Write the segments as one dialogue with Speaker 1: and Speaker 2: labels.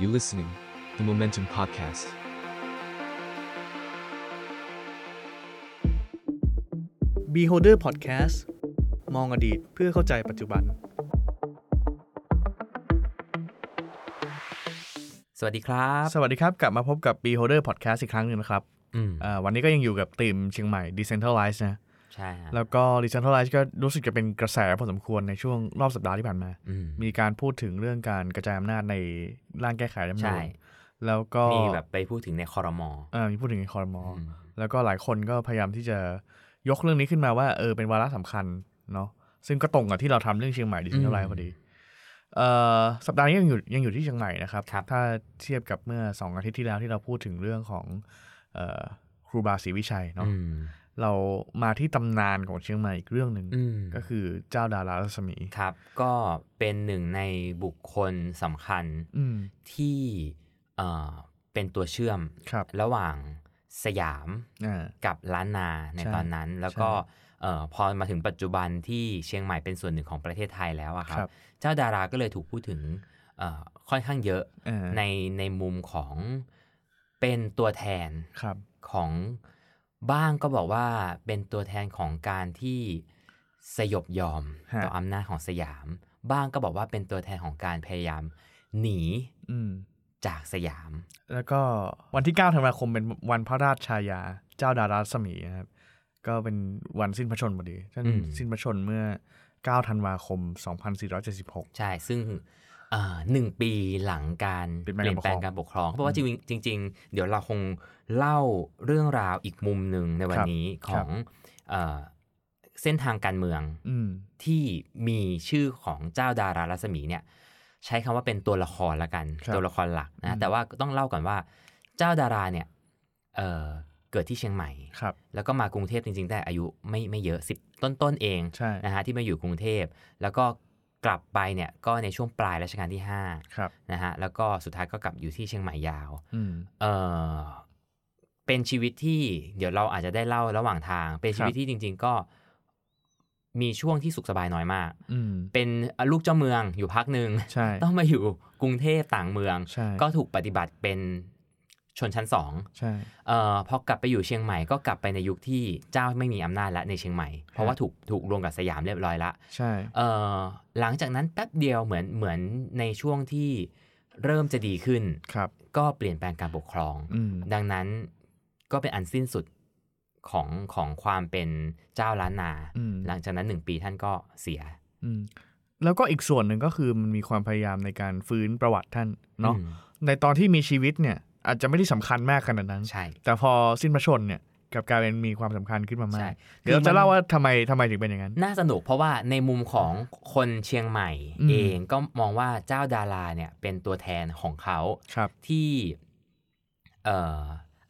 Speaker 1: You listening, the Momentum Podcast.
Speaker 2: บ Beholder Podcast มองอดีตเพื่อเข้าใจปัจจุบัน
Speaker 3: สวัสดีครับ
Speaker 2: สวัสดีครับ กลับมาพบกับ Beholder Podcast อีกครั้งหนึ่งนะครับ
Speaker 3: อืม
Speaker 2: เอ่อวันนี้ก็ยังอยู่กับทีมเชียงใหม่ Decentralized นะ
Speaker 3: ใช่ฮะ
Speaker 2: แล้วก็ Decentralized ก็รู้สึกจะเป็นกระแสพอสมควรในช่วงรอบสัปดาห์ที่ผ่านมา
Speaker 3: อืม
Speaker 2: มีการพูดถึงเรื่องการกระจายอำนาจในร่างแก้ไขรัฐธรรมนู
Speaker 3: ใช่
Speaker 2: ญแล้วก็
Speaker 3: มีแบบไปพูดถึงในคอรมอ
Speaker 2: เอ่อมีพูดถึงในคอรมอ
Speaker 3: อืม
Speaker 2: แล้วก็หลายคนก็พยายามที่จะยกเรื่องนี้ขึ้นมาว่าเออเป็นวาระสำคัญเนาะซึ่งก็ตรงกับที่เราทำเรื่องเชียงใหม่ดิจิทัลไลน์
Speaker 3: อืม
Speaker 2: พอดีเอ่อสัปดาห์นี้ยังอยู่ยังอยู่ที่เชียงใหม่นะครับ
Speaker 3: ครับ
Speaker 2: ถ้าเทียบกับเมื่อ 2 อาทิตย์ที่แล้วที่เราพูดถึงเรื่องของเอ่อครูบาศรีวิชัยเนาะ
Speaker 3: อืม
Speaker 2: เรามาที่ตำนานของเชียงใหม่อีกเรื่องหนึ่ง
Speaker 3: อืม
Speaker 2: ก็คือเจ้าดารารัศมี
Speaker 3: ครับ ก็เป็นหนึ่งในบุคคลสำคัญ
Speaker 2: อืม
Speaker 3: ที่เอ่อเป็นตัวเชื่อม
Speaker 2: ครับ
Speaker 3: ระหว่างสยาม
Speaker 2: อ่า
Speaker 3: กับล้านนาใน
Speaker 2: ใช่
Speaker 3: ตอนนั้น แล้วก็
Speaker 2: ใช่
Speaker 3: เอ่อพอมาถึงปัจจุบันที่เชียงใหม่เป็นส่วนหนึ่งของประเทศไทยแล้วอะครั
Speaker 2: ครับ บ
Speaker 3: เจ้าดาราก็เลยถูกพูดถึงเอ่อค่อนข้างเยอะ
Speaker 2: อ่า
Speaker 3: ในในมุมของเป็นตัวแทน
Speaker 2: ครับ
Speaker 3: ของบ้างก็บอกว่าเป็นตัวแทนของการที่สยบยอมต่ออำนาจของสยาม บ้างก็บอกว่าเป็นตัวแทนของการพยายาม หนี
Speaker 2: อืม
Speaker 3: จากสยาม
Speaker 2: แล้วก็วันที่9ธันวาคมเป็นวันพระราชชายาเจ้าดารารัศมีนะครับ ก็เป็นวันสิ้นพระชนม์พอดีท่าน
Speaker 3: อืม
Speaker 2: สิ้นพระชนม์เมื่อ 9 ธันวาคม 2476
Speaker 3: ใช่ซึ่งเอ่อหนึ่งปีหลังการ
Speaker 2: เปลี่ยนแปลงการปกครอง
Speaker 3: การปกครองเพราะว่าจริงๆจริง ๆ เดี๋ยวเราคงเล่าเรื่องราวอีกมุมหนึ่งในวัน
Speaker 2: ครับ
Speaker 3: นี้ข
Speaker 2: ครั
Speaker 3: อบ งเอ่อเส้นทางการเมือง
Speaker 2: อืม
Speaker 3: ที่มีชื่อของเจ้าดารารัศมีเนี่ยใช้คำว่าเป็นตัวละครละกัน
Speaker 2: ครับ
Speaker 3: ตัวละครหลัก
Speaker 2: อื
Speaker 3: นะ
Speaker 2: ม
Speaker 3: แต่ว่าต้องเล่าก่อนว่าเจ้าดาราเนี่ยเอ่อเกิดที่เชียงใหม่
Speaker 2: ครับ
Speaker 3: แล้วก็มากรุงเทพจริงๆแต่อายุไม่ไม่เยอะสิบต้นต้นๆเอง
Speaker 2: ใช่
Speaker 3: นะฮะที่มาอยู่กรุงเทพ แล้วก็กลับไปเนี่ยก็ในช่วงปลายรัชกาลที่
Speaker 2: ครับ
Speaker 3: 5นะฮะแล้วก็สุดท้ายก็กลับอยู่ที่เชียงใหม่ยาว
Speaker 2: อืม
Speaker 3: เออเป็นชีวิตที่เดี๋ยวเราอาจจะได้เล่าระหว่างทาง เป็นชีวิต
Speaker 2: ครับ
Speaker 3: ที่จริง ๆ ก็มีช่วงที่สุขสบายน้อยมาก
Speaker 2: อืม
Speaker 3: เป็นลูกเจ้าเมืองอยู่พักหนึ่ง
Speaker 2: ใช่
Speaker 3: ต้องมาอยู่กรุงเทพต่างเมือง
Speaker 2: ใช่
Speaker 3: ก็ถูกปฏิบัติเป็นชนชั้นสอง
Speaker 2: ใช่
Speaker 3: เอ่อพอกลับไปอยู่เชียงใหม่ก็กลับไปในยุคที่เจ้าไม่มีอำนาจละในเชียงใหม่ เพราะว่าถูกถูกรวมกับสยามเรียบร้อยละ
Speaker 2: ใช่
Speaker 3: เอ่อหลังจากนั้นแป๊บเดียวเหมือนเหมือนในช่วงที่เริ่มจะดีขึ้น
Speaker 2: ครับ
Speaker 3: ก็เปลี่ยนแปลงการปกครอง
Speaker 2: อืม
Speaker 3: ดังนั้นก็เป็นอันสิ้นสุดของของความเป็นเจ้าล้านนา
Speaker 2: อืม
Speaker 3: หลังจากนั้นหนึ่งปีท่านก็เสีย
Speaker 2: อืม แล้วก็อีกส่วนหนึ่งก็คือมันมีความพยายามในการฟื้นประวัติท่านเนาะ
Speaker 3: อืม
Speaker 2: ในตอนที่มีชีวิตเนี่ย อาจจะไม่ได้สำคัญมากขนาดนั้น
Speaker 3: ใช่
Speaker 2: แต่พอสิ้นพระชนม์เนี่ยกลับกลายเป็นมีความสำคัญขึ้นมามา
Speaker 3: ใช่
Speaker 2: กเดี๋ยวเราจะเล่าว่าทำไมทำไมถึงเป็นอย่างนั้น
Speaker 3: น่าสนุกเพราะว่าในมุมของคนเชียงใหม่
Speaker 2: อืม
Speaker 3: เองก็มองว่าเจ้าดาราเนี่ยเป็นตัวแทนของเขา
Speaker 2: ครับ
Speaker 3: ที่เอ่อ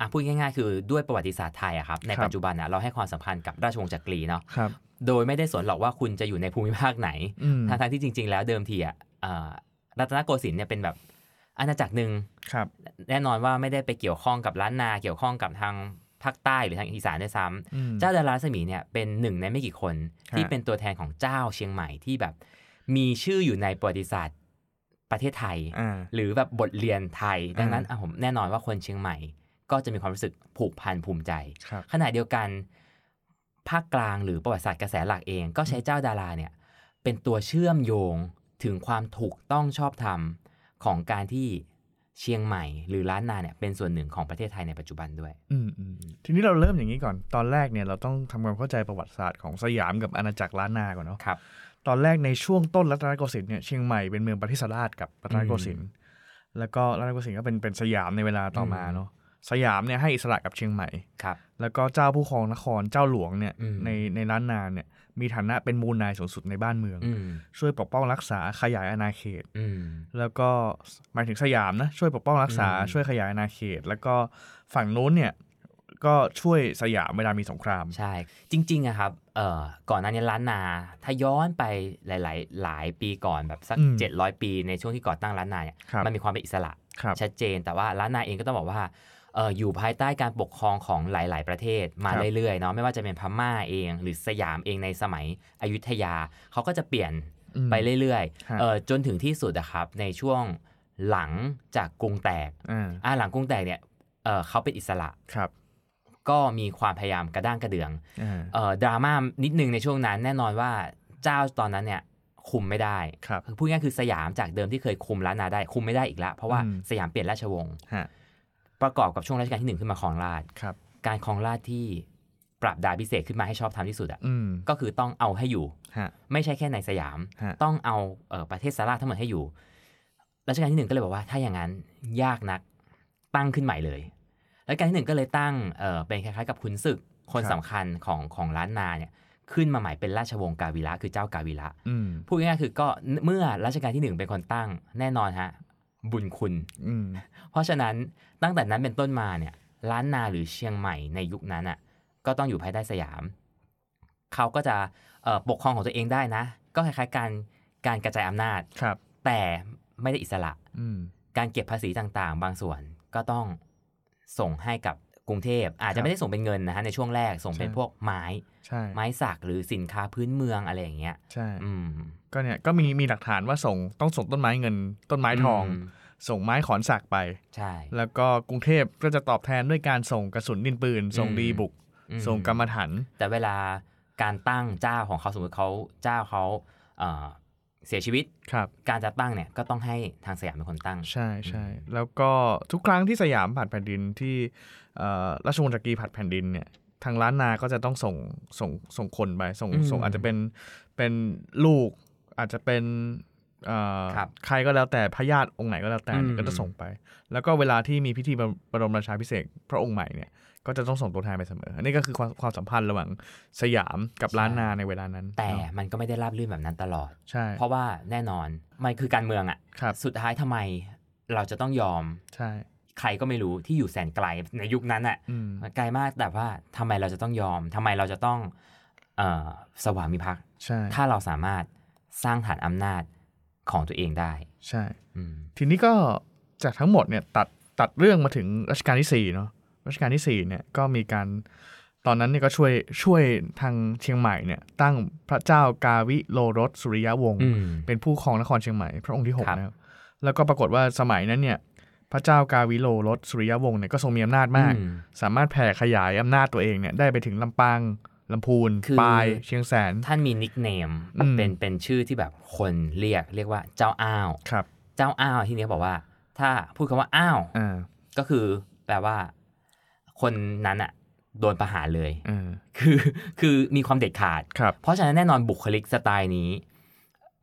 Speaker 3: อ่ะพูดง่าย ๆ คือด้วยประวัติศาสตร์ไทยอะครับ ใน
Speaker 2: ครับ
Speaker 3: ปัจจุบันอะเราให้ความสำคัญกับราชวงศ์จักรีเนาะ
Speaker 2: ครับ
Speaker 3: โดยไม่ได้สนหรอกว่าคุณจะอยู่ในภูมิภาคไหน
Speaker 2: อืม
Speaker 3: ทั้งทที่จริง ๆ แล้วเดิมทีอ่ะเอ่อรัตนโกสินทร์เนี่ยเป็นแบบอาณาจักรหนึ่ง
Speaker 2: ครับ
Speaker 3: แน่นอนว่าไม่ได้ไปเกี่ยวข้องกับล้านนา เกี่ยวข้องกับทางภาคใต้หรือทางอีสานด้วยซ้ำ
Speaker 2: อืม
Speaker 3: เจ้าดารารัศมีเนี่ยเป็นหนึ่งในไม่กี่คน
Speaker 2: ฮะ
Speaker 3: ที่เป็นตัวแทนของเจ้าเชียงใหม่ที่แบบ มีชื่ออยู่ในประวัติศาสตร์ประเทศไทย
Speaker 2: อ่า
Speaker 3: หรือแบบบทเรียนไทย ดังนั้น
Speaker 2: อ่า
Speaker 3: อ่ะผมแน่นอนว่าคนเชียงใหม่ ก็จะมีความรู้สึกผูกพันภูมิใจ
Speaker 2: ครับ
Speaker 3: ขณะเดียวกันภาคกลางหรือประวัติศาสตร์กระแสหลักเองก็ใช้เจ้าดาราเนี่ยเป็นตัวเชื่อมโยงถึงความถูกต้องชอบธรรมของการที่เชียงใหม่ หรือล้านนาเนี่ยเป็นส่วนหนึ่งของประเทศไทยในปัจจุบันด้วย
Speaker 2: อืมอืมทีนี้เราเริ่มอย่างนี้ก่อนตอนแรกเนี่ยเราต้องทำความเข้าใจประวัติศาสตร์ของสยามกับอาณาจักรล้านนาก่อนเนาะ
Speaker 3: ครับ
Speaker 2: ตอนแรกในช่วงต้นรัตนโกสินทร์เนี่ยเชียงใหม่เป็นเมืองปฏิสราชกับรัตนโกสินทร์แล้วก็รัตนโกสินทร์ก็เป็นเป็นสยามในเวลาต่อมา
Speaker 3: อืม
Speaker 2: เนาะสยามเนี่ยให้อิสระกับเชียงใหม่
Speaker 3: ครับ
Speaker 2: แล้วก็เจ้าผู้ครองนครเจ้าหลวงเนี่ย
Speaker 3: อืม
Speaker 2: ในในล้านนาเนี่ยมีฐานะเป็นมูลนายสูงสุดในบ้านเมือง
Speaker 3: อืม
Speaker 2: ช่วยปกป้องรักษาขยายอาณาเขต
Speaker 3: อืม
Speaker 2: แล้วก็หมายถึงสยามนะช่วยปกป้องรักษา
Speaker 3: อืม
Speaker 2: ช่วยขยายอาณาเขต แล้วก็ฝั่งนู้นเนี่ยก็ช่วยสยามเวลามีสงคราม
Speaker 3: ใช่ จริงๆอะครับเอ่อก่อนหน้านี้ล้านนา ถ้าย้อนไปหลายๆ หลายปีก่อนแบบสัก
Speaker 2: อืม
Speaker 3: 700 ปีในช่วงที่ก่อตั้งล้านนาเนี่ย
Speaker 2: ครับ
Speaker 3: มันมีความเป็นอิสระ
Speaker 2: ครับ
Speaker 3: ชัดเจนแต่ว่าล้านนาเองก็ต้องบอกว่าเอออยู่ภายใต้การปกครองของหลาย ๆ ประเทศมา
Speaker 2: ครับ
Speaker 3: เรื่อยๆเนาะไม่ว่าจะเป็นพม่าเอง หรือสยามเองในสมัยอยุธยาเขาก็จะเปลี่ยน
Speaker 2: อืม
Speaker 3: ไปเรื่อย
Speaker 2: ฮะ
Speaker 3: ๆเออจนถึงที่สุดอะครับในช่วง หลังจากกรุงแตก
Speaker 2: อ่า
Speaker 3: อ่าหลังกรุงแตกเนี่ยเอ่อเขาเป็นอิสระ
Speaker 2: ครับ
Speaker 3: ก็มีความพยายามกระด้างกระเดือง
Speaker 2: อ่า
Speaker 3: เอ่อดราม่านิดนึงในช่วงนั้นแน่นอนว่าเจ้าตอนนั้นเนี่ยคุมไม่ได้
Speaker 2: ครับ
Speaker 3: พูดง่ายๆคือสยามจากเดิมที่เคยคุมล้านนาได้ คุมไม่ได้อีกแล้ว เพราะว่า
Speaker 2: อืม
Speaker 3: สยามเปลี่ยนราชวงศ์
Speaker 2: ฮะ
Speaker 3: ประกอบกับช่วงรัชกาลที่หนึ่งขึ้นมาครองราชย์
Speaker 2: ครับ
Speaker 3: การครองราชย์ที่ปรับดาพิเศษขึ้นมาให้ชอบทํที่สุดอ่ะ
Speaker 2: อืม
Speaker 3: ก็คือต้องเอาให้อยู่
Speaker 2: ฮะ
Speaker 3: ไม่ใช่แค่ในสยาม
Speaker 2: ฮะ
Speaker 3: ต้องเอาเอ่อประเทศสาราทั้งหมดให้อยู่ รัชกาลที่หนึ่งก็เลยบอกว่าถ้าอย่างนั้นยากนักตั้งขึ้นใหม่เลย รัชกาลที่หนึ่งก็เลยตั้งเอ่อเป็นคล้ายๆกับขุนศึก คนสำคัญของของล้านนาเนี่ยขึ้นมาใหม่เป็นราชวงศ์กาวิละคือเจ้ากาวิละ
Speaker 2: อืม
Speaker 3: พูดง่ายๆคือก็เมื่อรัชกาลที่หนึ่งเป็นคนตั้งแน่นอนฮะบุญคุณ
Speaker 2: อืม
Speaker 3: เพราะฉะนั้นตั้งแต่นั้นเป็นต้นมาเนี่ยล้านนาหรือเชียงใหม่ในยุคนั้นอ่ะก็ต้องอยู่ภายใต้สยาม เขาก็จะเอ่อปกครองของตัวเองได้นะ ก็คล้ายๆการการกระจายอำนาจ
Speaker 2: ครับ
Speaker 3: แต่ไม่ได้อิสระ
Speaker 2: อืม
Speaker 3: การเก็บภาษีต่างๆ บางส่วนก็ต้องส่งให้กับกรุงเทพ อาจ
Speaker 2: ครั
Speaker 3: จะ
Speaker 2: บ
Speaker 3: ไม่ได้ส่งเป็นเงินนะฮะในช่วงแรกส่งเป็น
Speaker 2: ใช่
Speaker 3: พวกไม้
Speaker 2: ใช่
Speaker 3: ไม้สักหรือสินค้าพื้นเมืองอะไรอย่างเงี้ย
Speaker 2: ใช่
Speaker 3: อืม
Speaker 2: ก็เนี่ยก็มีมีหลักฐานว่าส่งต้องส่งต้นไม้เงิน ต้นไม้ทอง
Speaker 3: ม
Speaker 2: ส่งไม้ขอนสักไป
Speaker 3: ใช่
Speaker 2: แล้วก็กรุงเทพก็จะตอบแทนด้วยการส่งกระสุนดินปืน ส่งดีบุก
Speaker 3: อืม
Speaker 2: ส่งกรรมฐาน
Speaker 3: แต่เวลาการตั้งเจ้าของเขาสมมติเขาเจ้าเขาเอ่อเสียชีวิต
Speaker 2: ครับ
Speaker 3: การจะตั้งเนี่ยก็ต้องให้ทางสยามเป็นคนตั้ง
Speaker 2: ใช่ใช่แล้วก็ทุกครั้งที่สยามผ่านแผ่นดินที่เอ่อราชวงศ์จักรีผ่านแผ่นดินเนี่ยทางล้านนาก็จะต้องส่งส่งส่งคนไปส่ง
Speaker 3: อืม
Speaker 2: ส่งอาจจะเป็นเป็นลูก อาจจะเป็นเอ่อ
Speaker 3: ครับ
Speaker 2: ใครก็แล้วแต่พระญาติองค์ไหนก็แล้วแต่เนี่ย
Speaker 3: อืม
Speaker 2: ก็จะส่งไป แล้วก็เวลาที่มีพิธีบรมราชาพิเศษกพระองค์ใหม่เนี่ยก็จะต้องส่งตัวแทนไปเสมออันนี้ก็คือความความสัมพันธ์ระหว่างสยามกับล้านนาในเวลานั้น
Speaker 3: แต่
Speaker 2: เนาะ
Speaker 3: มันก็ไม่ได้ราบรื่นแบบนั้นตลอด
Speaker 2: ใช่
Speaker 3: เพราะว่าแน่นอนมันคือการเมืองอะ
Speaker 2: ครับ
Speaker 3: สุดท้ายทำไมเราจะต้องยอม
Speaker 2: ใช่
Speaker 3: ใครก็ไม่รู้ที่อยู่แสนไกลในยุคนั้นอะ
Speaker 2: อืม
Speaker 3: ไกลมากแต่ว่าทำไมเราจะต้องยอมทำไมเราจะต้องเออสวามิภักดิ์
Speaker 2: ใช่
Speaker 3: ถ้าเราสามารถสร้างฐานอำนาจของตัวเองได้
Speaker 2: ใช่
Speaker 3: อืม
Speaker 2: ทีนี้ก็จากทั้งหมดเนี่ยตัดตัดเรื่องมาถึงรัชกาลที่สี่เนาะรัชกาลที่สี่เนี่ยก็มีการตอนนั้นเนี่ยก็ช่วยช่วยทางเชียงใหม่เนี่ยตั้งพระเจ้ากาวิโลรสสุริยะวงศ์
Speaker 3: อืม
Speaker 2: เป็นผู้ครองนครเชียงใหม่พระองค์ที่หก
Speaker 3: ครับ
Speaker 2: นะครับแล้วก็ปรากฏว่าสมัยนั้นเนี่ยพระเจ้ากาวิโลรสสุริยะวงศ์เนี่ยก็ทรงมีอำนาจมาก
Speaker 3: อื
Speaker 2: สามารถแผ่ขยายอำนาจตัวเองเนี่ยได้ไปถึงลำปางลำพูน
Speaker 3: คือ
Speaker 2: ปายเชียงแสน
Speaker 3: ท่านมีนิกเนม
Speaker 2: อืม
Speaker 3: เป็นเป็นชื่อที่แบบคนเรียกเรียกว่าเจ้าอ้าว
Speaker 2: ครับ
Speaker 3: เจ้าอ้าวที่นี้ยบอกว่า ถ้าพูดคำว่าอ้าว
Speaker 2: อ่า
Speaker 3: ก็คือแปลว่า คนนั้นอะโดนประหารเลย
Speaker 2: อ่า
Speaker 3: คือคือมีความเด็ดขาด
Speaker 2: ครับ
Speaker 3: เพราะฉะนั้นแน่นอนบุคลิกสไตล์นี้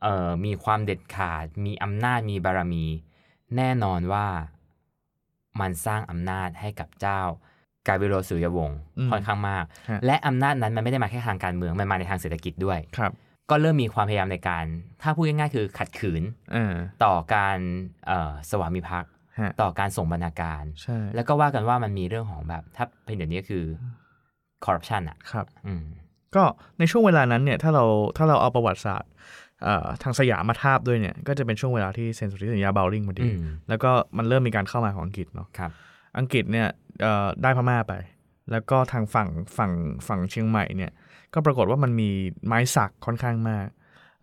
Speaker 3: เอ่อมีความเด็ดขาด มีอำนาจมีบารมี แน่นอนว่ามันสร้างอำนาจให้กับเจ้ากาเบโรสุริยวงศ์ค่อนข้างมาก และอำนาจนั้นมันไม่ได้มาแค่ทางการเมืองมันมาในทางเศรษฐกิจด้วย
Speaker 2: ครับ
Speaker 3: ก็เริ่มมีความพยายามในการ ถ้าพูดง่ายๆคือขัดขืน
Speaker 2: อ่า
Speaker 3: ต่อการเอ่อสวามิภักดิ์
Speaker 2: ฮะ
Speaker 3: ต่อการส่งบรรณาการ
Speaker 2: ใช่
Speaker 3: แล้วก็ว่ากันว่ามันมีเรื่องของแบบถ้าเป็นเดี๋ยวนี้ก็คือคอร์รัปชันอ่ะ
Speaker 2: ครับ
Speaker 3: อืม
Speaker 2: ก็ในช่วงเวลานั้นเนี่ยถ้าเราถ้าเราเอาประวัติศาสตร์เอ่อทางสยามมาทาบด้วยเนี่ยก็จะเป็นช่วงเวลาที่เซ็นสุทธิสัญญาเบลลิงพอดี
Speaker 3: อืม
Speaker 2: แล้วก็มันเริ่มมีการเข้ามาของอังกฤษเนาะ
Speaker 3: ครับ
Speaker 2: อังกฤษเนี่ยเอ่อได้พม่าไป แล้วก็ทางฝั่งฝั่งฝั่งเชียงใหม่เนี่ยก็ปรากฏว่ามันมีไม้สักค่อนข้างมาก